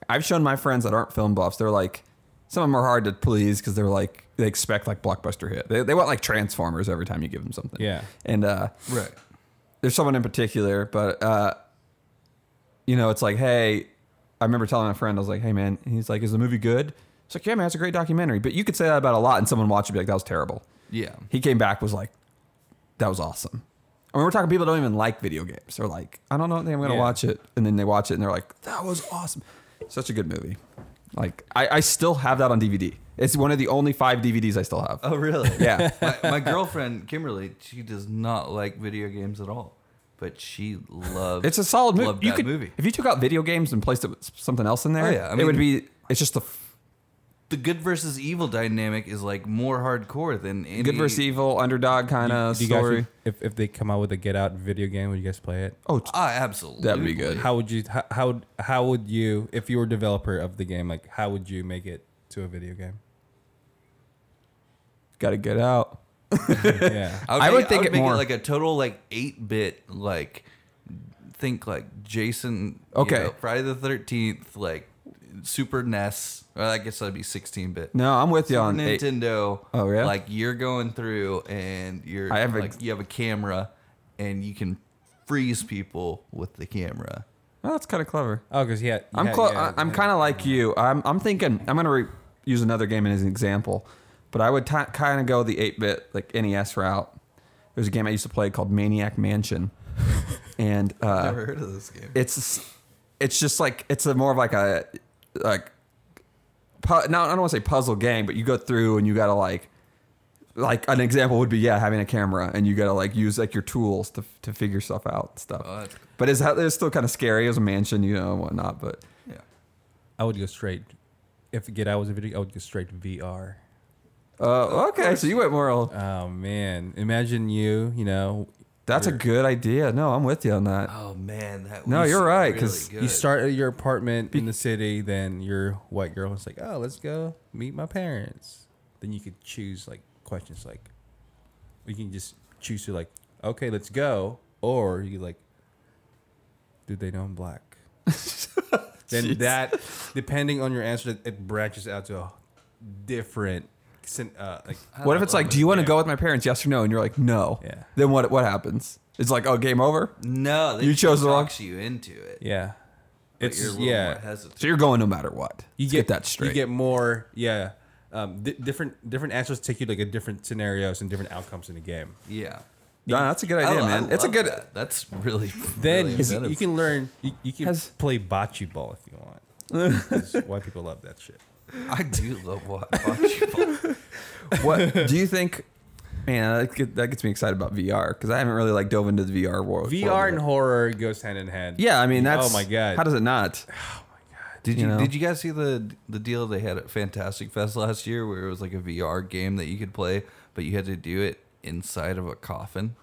S4: I've shown my friends that aren't film buffs. They're like, some of them are hard to please because they're like they expect like blockbuster hit. They, they want like Transformers every time you give them something.
S2: Yeah.
S4: And uh,
S3: Right.
S4: there's someone in particular, but uh, you know, it's like, hey, I remember telling my friend, I was like, hey man, and he's like, is the movie good? It's like, yeah, man, it's a great documentary. But you could say that about a lot, and someone watching be like, that was terrible. <laughs>
S3: Yeah.
S4: He came back was like, that was awesome. And we're talking people that don't even like video games. They're like, I don't know, I think I'm gonna
S2: Yeah.
S4: watch it, and then they watch it and they're like, that was awesome. Such a good movie. Like, I, I still have that on DVD. It's one of the only five DVDs I still have.
S3: Oh really?
S4: Yeah.
S3: my, my girlfriend Kimberly, she does not like video games at all, but she loves.
S4: It's a solid
S3: loved
S4: movie. You
S3: that
S4: could,
S3: movie.
S4: if you took out video games and placed it with something else in there,
S3: Oh, yeah. I
S4: it would
S3: mean-
S4: be. It's just the f-
S3: The good versus evil dynamic is like more hardcore than any.
S4: good versus evil underdog kind of
S2: Do you guys
S4: story.
S2: think if, if they come out with a Get Out video game, would you guys play it?
S4: oh, t-
S3: Ah, absolutely.
S4: That'd be good.
S2: How would you how how would, how would you if you were a developer of the game like how would you make it to a video game?
S4: gotta get out. <laughs>
S2: Yeah.
S3: I would,
S4: I
S3: make-
S4: would think it
S3: make
S4: more-
S3: like a total like eight bit like think like Jason. you
S4: Okay.
S3: know, Friday the Thirteenth like Super NES. Or I guess that'd be sixteen bit.
S4: No, I'm with you on eight.
S3: Nintendo.
S4: Oh, yeah?
S3: Like you're going through and you're
S4: I have a-
S3: like you have a camera and you can freeze people with the camera.
S4: Oh, that's kind of clever.
S2: Oh, because yeah,
S4: I'm
S2: yeah,
S4: clo-
S2: yeah,
S4: I, am
S2: yeah.
S4: kind of like you. I'm, I'm thinking I'm gonna re- use another game as an example, but I would kind of go the 8-bit like NES route. There's
S2: <laughs>
S4: a game I used to play called Maniac Mansion, and uh,
S3: Never heard of this game.
S4: it's it's just like it's a more of like a like pu- now I don't want to say puzzle game, but you go through and you gotta like like an example would be yeah having a camera and you gotta like use like your tools to to figure stuff out and stuff.
S3: Oh, that's-
S4: but it's it's still kind of scary as a mansion, you know, and whatnot. But
S3: Yeah.
S2: I would go straight. If Get Out was a video, I would go straight to VR.
S4: uh, okay, so you went more. old-
S2: Oh man, imagine you. You know,
S4: That's a good idea. No, I'm with you on that.
S3: Oh man, that
S4: No,
S3: was
S4: you're right,
S3: really
S4: 'cause you
S2: you
S3: good.
S2: start at your apartment in the city, then your white girl is like, "Oh, let's go meet my parents." Then you could choose like questions like, you can just choose to like, "Okay, let's go," or you like, "Do they know I'm black?" then
S4: Jeez.
S2: that, depending on your answer, it- it branches out to a different. sen- Uh, like,
S4: What if it's like, do you want to go with my parents? Yes or no? And you're like, no.
S2: Yeah.
S4: Then what? What happens? It's like, oh, game over.
S3: No, they
S4: You chose the wrong-
S3: talks you into it.
S2: yeah,
S3: but
S2: it's
S3: you're a little more
S2: yeah.
S3: hesitant.
S4: So you're going no matter what.
S2: you
S4: Let's
S2: get,
S4: that straight.
S2: You get more, yeah. Um, di different different answers take you like a different scenarios and different outcomes in the game.
S3: Yeah.
S4: no, that's a good idea,
S3: I- I
S4: man. it's a
S3: love
S4: good.
S3: that. That's really
S2: Then
S3: <laughs> really
S2: you- you,
S3: inventive.
S2: can learn. You, you can
S4: Has-
S2: play bocce ball if you
S4: <laughs>
S2: want. 'Cause white people love that shit.
S3: I do love wa-
S4: <laughs>
S3: watching.
S4: <laughs> What do you think? Man, that, get, that gets me excited about VR because I haven't really like dove into the VR world.
S2: VR
S4: world
S2: and
S4: yet.
S2: horror goes hand in hand.
S4: yeah, I mean that's.
S2: oh my god.
S4: How does it not?
S3: Did
S4: You
S3: you,
S4: know?
S3: did you guys see the the deal they had at Fantastic Fest last year where it was like a VR game that you could play, but you had to do it inside of a coffin?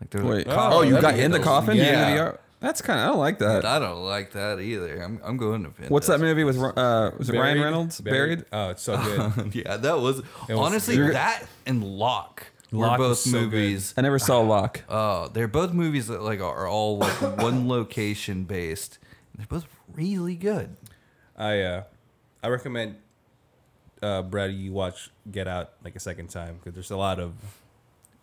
S3: Like there was
S4: Wait.
S3: a
S4: Oh,
S3: coffin.
S4: you
S2: that'd
S4: got
S2: be
S4: in the
S2: dope.
S4: coffin? You did
S3: Yeah.
S4: the VR? That's kind of. I don't like that.
S3: I don't like that either. I'm I'm going to Fantastic.
S4: What's that movie with? Uh, was it Ryan
S2: Buried-
S4: Reynolds? Buried.
S2: Oh, it's so
S4: <laughs>
S2: good.
S3: <laughs> yeah, that was, honestly
S2: You're-
S3: that and Locke
S2: Locke
S3: were
S2: was
S3: both
S2: so good.
S3: movies.
S4: I never saw Locke.
S3: Oh, they're both movies that like are
S4: <laughs>
S3: all like one location based. They're both really good.
S2: I uh, I recommend uh, Brad you watch Get Out like a second time because there's a lot of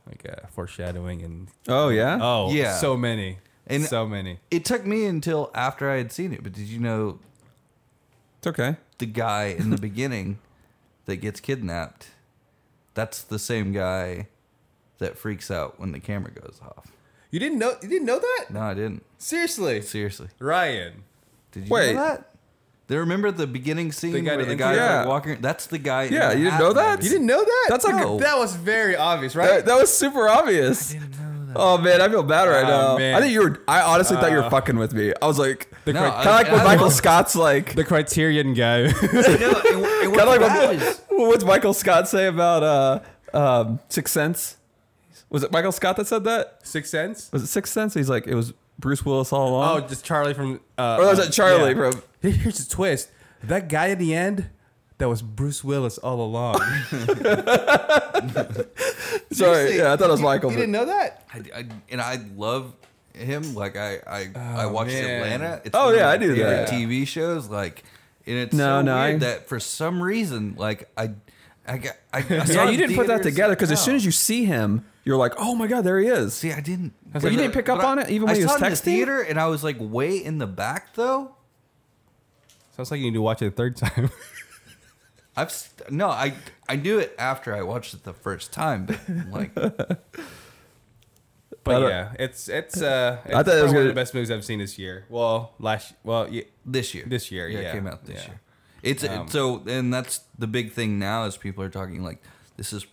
S2: like uh, foreshadowing and
S4: Oh <laughs> yeah.
S2: oh
S3: Yeah.
S2: so many
S3: And-
S2: so many.
S3: It took me until after I had seen it, but did you know
S4: It's okay.
S3: the guy
S4: <laughs>
S3: in the beginning that gets kidnapped? That's the same guy that freaks out when the camera goes off.
S2: You didn't know you didn't know that?
S3: No, I didn't.
S2: Seriously.
S3: Seriously.
S2: Ryan.
S3: Did you
S4: Wait.
S3: know that? They remember the beginning scene
S2: The guy
S3: where
S2: that
S3: the
S2: enters-
S3: guy
S4: Yeah.
S3: like walking. That's the guy. in
S4: Yeah, you didn't know that?
S3: Manhattan.
S2: You didn't know that?
S4: That's like a-
S2: No. that was very obvious, right?
S4: That, that was super obvious. Oh man, I feel bad right
S3: Ah,
S2: Oh,
S4: now.
S2: man.
S4: I think you were. I honestly thought you were fucking with me. I was like,
S2: The
S3: No,
S2: cri-
S3: I-
S4: kind of like with
S3: Ah. I
S4: Michael
S3: love-
S4: Scott's like,
S2: the Criterion <laughs> guy.
S3: No, and,
S4: <laughs>
S3: and
S4: kind
S3: what's
S4: of like
S3: bad
S4: what,
S3: is-
S4: what's Michael Scott say about uh um Sixth Sense? Was it Michael Scott that said that?
S2: Sixth Sense?
S4: Was it Sixth Sense? He's like, it was Bruce Willis all
S2: Oh,
S4: along.
S2: just Charlie from. Uh,
S4: or was it Charlie
S2: yeah.
S4: from?
S2: Here- Here's the twist. That guy at the end, that was Bruce Willis all <laughs> along.
S4: Sorry, yeah, I thought it was Michael. but-
S2: know that?
S3: I, I, and I love him. Like I, I, I watched
S2: Oh, man.
S3: Atlanta. It's
S4: Oh,
S3: one of
S4: yeah,
S3: my
S4: I do
S3: favorite
S4: that.
S3: TV shows. Like, and it's
S4: No,
S3: so
S4: no,
S3: weird
S4: I-
S3: that for some reason, like I, I got, I, I saw
S4: yeah,
S3: it
S4: you
S3: in
S4: didn't put that
S3: theaters.
S4: together because as
S3: No.
S4: soon as you see him, you're like, oh my god, there he is.
S3: see, I didn't.
S4: was like, you didn't pick up
S3: but I-
S4: on it even when
S3: I
S4: he was
S3: saw it in the
S4: texting?
S3: theater, and I was like way in the back though.
S2: Sounds like you need to watch it a third <laughs> time.
S3: I've st- no, I, I knew it after I watched it the first time, but like,
S2: but
S4: don't-
S2: yeah, it's it's uh. It's
S4: I thought it was
S2: probably one
S4: gonna-
S2: of the best movies I've seen this year. Well, last well, yeah,
S3: this year.
S2: This year,
S3: it
S2: yeah.
S3: came out this
S2: Yeah. Um,
S3: year. It's it, so, and that's the big thing now is people are talking like this is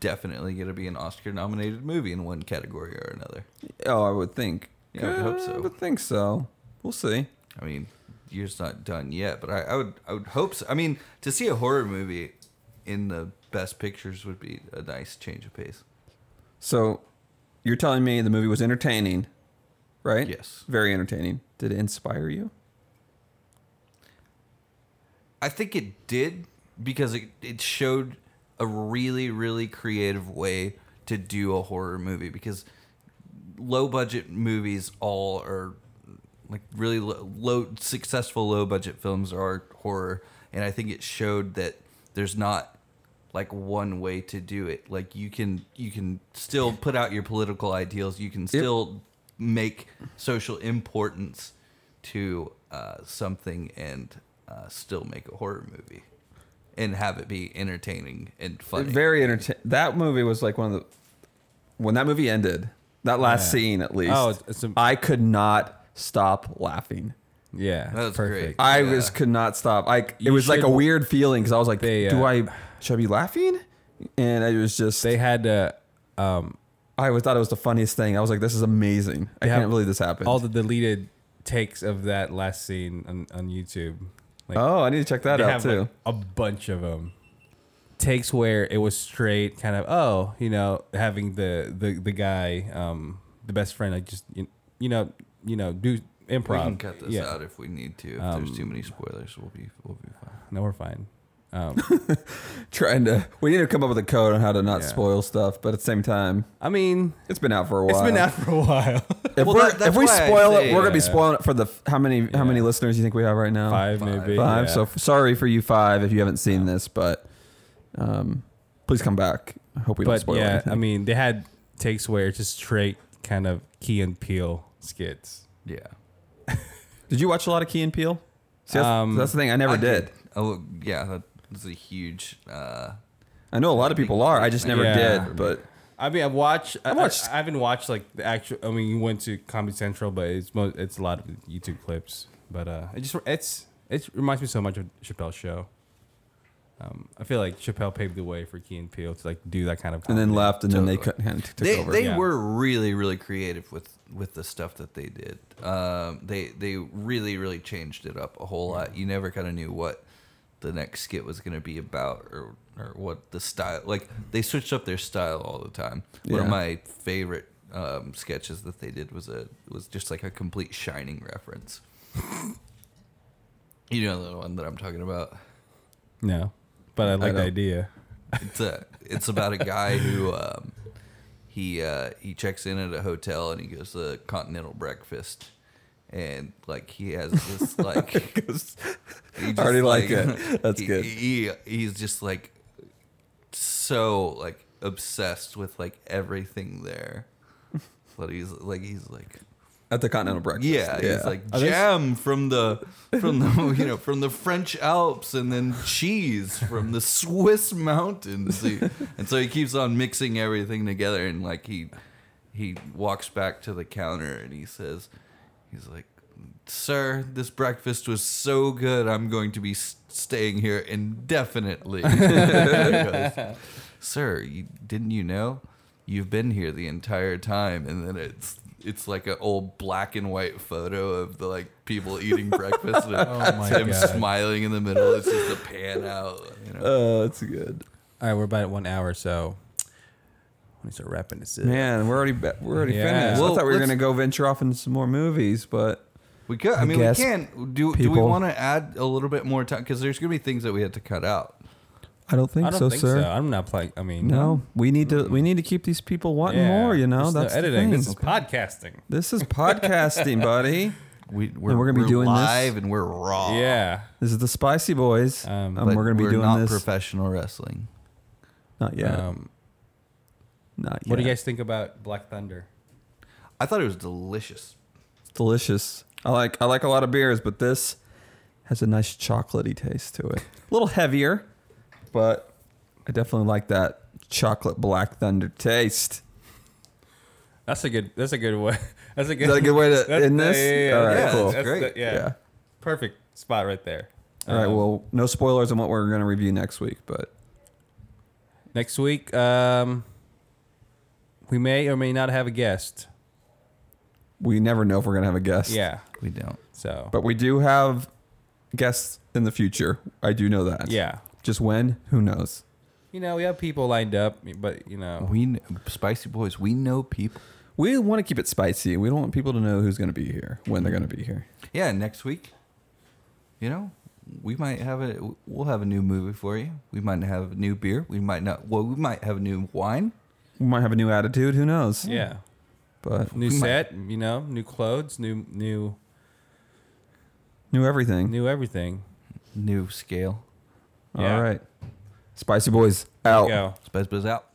S3: definitely going to be an Oscar-nominated movie in one category or another.
S4: Oh, I would think.
S3: Yeah, I would hope so.
S4: I would think so. We'll see.
S3: I mean, year's not done yet, but I, I would I would hope so. I mean, to see a horror movie in the best pictures would be a nice change of pace.
S4: So, you're telling me the movie was entertaining, right?
S3: Yes.
S4: Very entertaining. Did it inspire you?
S3: I think it did because it, it showed a really, really creative way to do a horror movie because low budget movies all are like really low, low successful low budget films are horror and I think it showed that there's not like one way to do it like you can you can still put out your political ideals you can still make social importance to uh, something and uh, still make a horror movie and have it be entertaining and funny
S4: Very entertaining. That movie was like one of the. When that movie ended, that last
S2: Yeah.
S4: scene at least,
S2: Oh, it's- it's a-
S4: I could not stop laughing.
S2: Yeah,
S3: That's
S2: perfect.
S3: great.
S4: I
S3: Yeah.
S4: was could not stop. I it
S2: You
S4: was like a
S2: should-
S4: weird feeling because I was like,
S2: They,
S4: do
S2: uh,
S4: I should I be laughing? And I was just
S2: They had uh, um,
S4: I was, thought it was the funniest thing. I was like, this is amazing. I
S2: They have
S4: can't believe this happened.
S2: all the deleted takes of that last scene on, on YouTube. Like,
S4: oh, I need to check that
S2: they
S4: out
S2: have,
S4: too.
S2: like, a bunch of them. Takes where it was straight, kind of oh, you know, having the the the guy, um, the best friend, like just you, you know, you know, do
S3: We
S2: improv.
S3: can cut this
S2: yeah,
S3: out if we need to. If there's too many spoilers, we'll be we'll be fine.
S2: no, we're fine.
S4: Trying to we need to come up with a code on how to not
S2: Yeah.
S4: spoil stuff, but at the same time,
S2: I mean,
S4: it's been out for a while.
S2: it's been out for a
S4: <laughs>
S2: while.
S4: If,
S3: Well,
S4: we're,
S3: that- that's
S4: if we
S3: why I
S4: spoil it,
S3: say-
S4: we're gonna be
S2: Yeah.
S4: spoiling it for the f- how many how many listeners you think we have right now?
S2: five, maybe
S4: Five.
S2: yeah.
S4: So f- sorry for you five if you haven't seen this, but um, please come back. I hope we don't
S2: but
S4: spoil
S2: yeah,
S4: anything.
S2: I mean, they had takes where it's just straight kind of Key and Peel skits.
S3: Yeah,
S4: did you watch a lot of Key and Peele? See, that's,
S2: Um,
S4: that's the thing. I never did.
S3: Oh yeah, that's a huge. Uh,
S4: I know a lot of people are. I just never
S2: Yeah.
S4: did. But
S2: I mean, I've watched. I,
S4: watched-
S2: I, I haven't watched like the actual. I mean, you went to Comedy Central, but it's mo- it's a lot of YouTube clips. But uh, it just it's it reminds me so much of Chappelle's show. Um, I feel like Chappelle paved the way for Key and Peele to like do that kind of.
S4: and
S2: Comedy.
S4: then left, and then they
S3: Totally.
S4: cut, kind of took
S3: they
S4: over.
S3: they
S2: Yeah.
S3: were really really creative with with the stuff that they did. Um, they they really really changed it up a whole lot. You never kind of knew what the next skit was going to be about or or what the style like they switched up their style all the time. One of
S4: Yeah.
S3: my favorite um, sketches that they did was a was just like a complete Shining reference. you know the one that I'm talking about.
S2: no, but I like the
S4: don't.
S2: idea.
S3: It's a, it's about a guy who um, he uh, he checks in at a hotel and he goes to continental breakfast, and like he has
S4: <laughs>
S3: this like he just,
S4: already like it. That's
S3: he-
S4: good.
S3: He, he's just like so like obsessed with like everything there, but he's like he's like
S4: at the Continental Breakfast.
S3: yeah, it's like
S2: they-
S3: jam from the from the <laughs> you know from the French Alps, and then cheese from the Swiss mountains. He- and so he keeps on mixing everything together, and like he he walks back to the counter and he says, he's like, "Sir, this breakfast was so good. I'm going to be s- staying here indefinitely." <laughs> He goes, Sir, you, didn't you know? You've been here the entire time, and then it's it's like an old black and white photo of the like people
S4: <laughs>
S3: eating breakfast. And
S4: Oh
S2: my
S3: it's <laughs> him
S2: God.
S3: smiling in the middle. It's just a pan out. You know,
S4: Oh, that's good.
S2: All right, we're about at one hour, so let me start wrapping this up.
S4: Man, we're already ba- we're already
S2: Yeah.
S4: finished.
S3: Well,
S4: I thought we were
S3: let's-
S4: gonna go venture off into some more movies, but
S3: we could. I mean, we
S4: guess
S3: can. Do do we
S4: people-
S3: want to add a little bit more time? Because there's gonna be things that we had to cut out.
S4: I don't think
S2: I don't
S4: so,
S2: think
S4: sir.
S2: so. I'm not playing. I mean,
S4: No, we need to we need to keep these people wanting
S2: Yeah.
S4: more. You know,
S2: This is
S4: that's
S2: no editing.
S4: The
S2: This
S4: thing.
S2: is podcasting.
S4: This
S2: <laughs>
S4: is podcasting, buddy.
S3: We, we're,
S4: we're gonna be doing this?
S3: live and we're raw.
S2: Yeah.
S4: This is the Spicy Boys.
S2: Um,
S4: Um,
S3: But
S4: we're gonna be
S3: we're
S4: doing
S3: not
S4: this.
S3: professional wrestling.
S4: not yet.
S2: Um,
S4: not yet.
S2: what do you guys think about Black Thunder?
S3: I thought it was delicious.
S4: It's delicious. I like I like a lot of beers, but this has a nice chocolatey taste to it. A little heavier, but I definitely like that chocolate black thunder taste.
S2: That's a good. That's a good way. <laughs> That's a good.
S4: that a good way
S2: <laughs>
S4: to
S2: that's-
S4: end this?
S2: Yeah, yeah,
S4: All right,
S2: yeah,
S4: cool.
S2: that's- that's
S3: Great.
S2: the- yeah.
S4: Yeah.
S2: perfect spot right there.
S4: All right.
S2: Um,
S4: Well, no spoilers on what we're going to review next week, but
S2: next week, um, we may or may not have a guest.
S4: we never know if we're going to have a guest.
S2: Yeah.
S3: We don't.
S2: So.
S4: But we do have guests in the future. I do know that.
S2: yeah.
S4: Just when? Who knows?
S2: You know, we have people lined up, but you know,
S3: We kn- spicy boys. We know people.
S4: We want to keep it spicy. We don't want people to know who's going to be here, when they're going to be here.
S3: Yeah, next week. You know, we might have a. We'll have a new movie for you. We might have a new beer. We might not. Well, we might have a new wine.
S4: We might have a new attitude. Who knows?
S2: yeah,
S4: But
S2: new
S3: We might-
S2: set, you know, new clothes, new, new,
S4: new everything.
S2: new everything.
S3: New scale.
S2: Yeah.
S4: All right. Spicy Boys out.
S2: Go.
S4: Oh.
S3: Spice Boys out.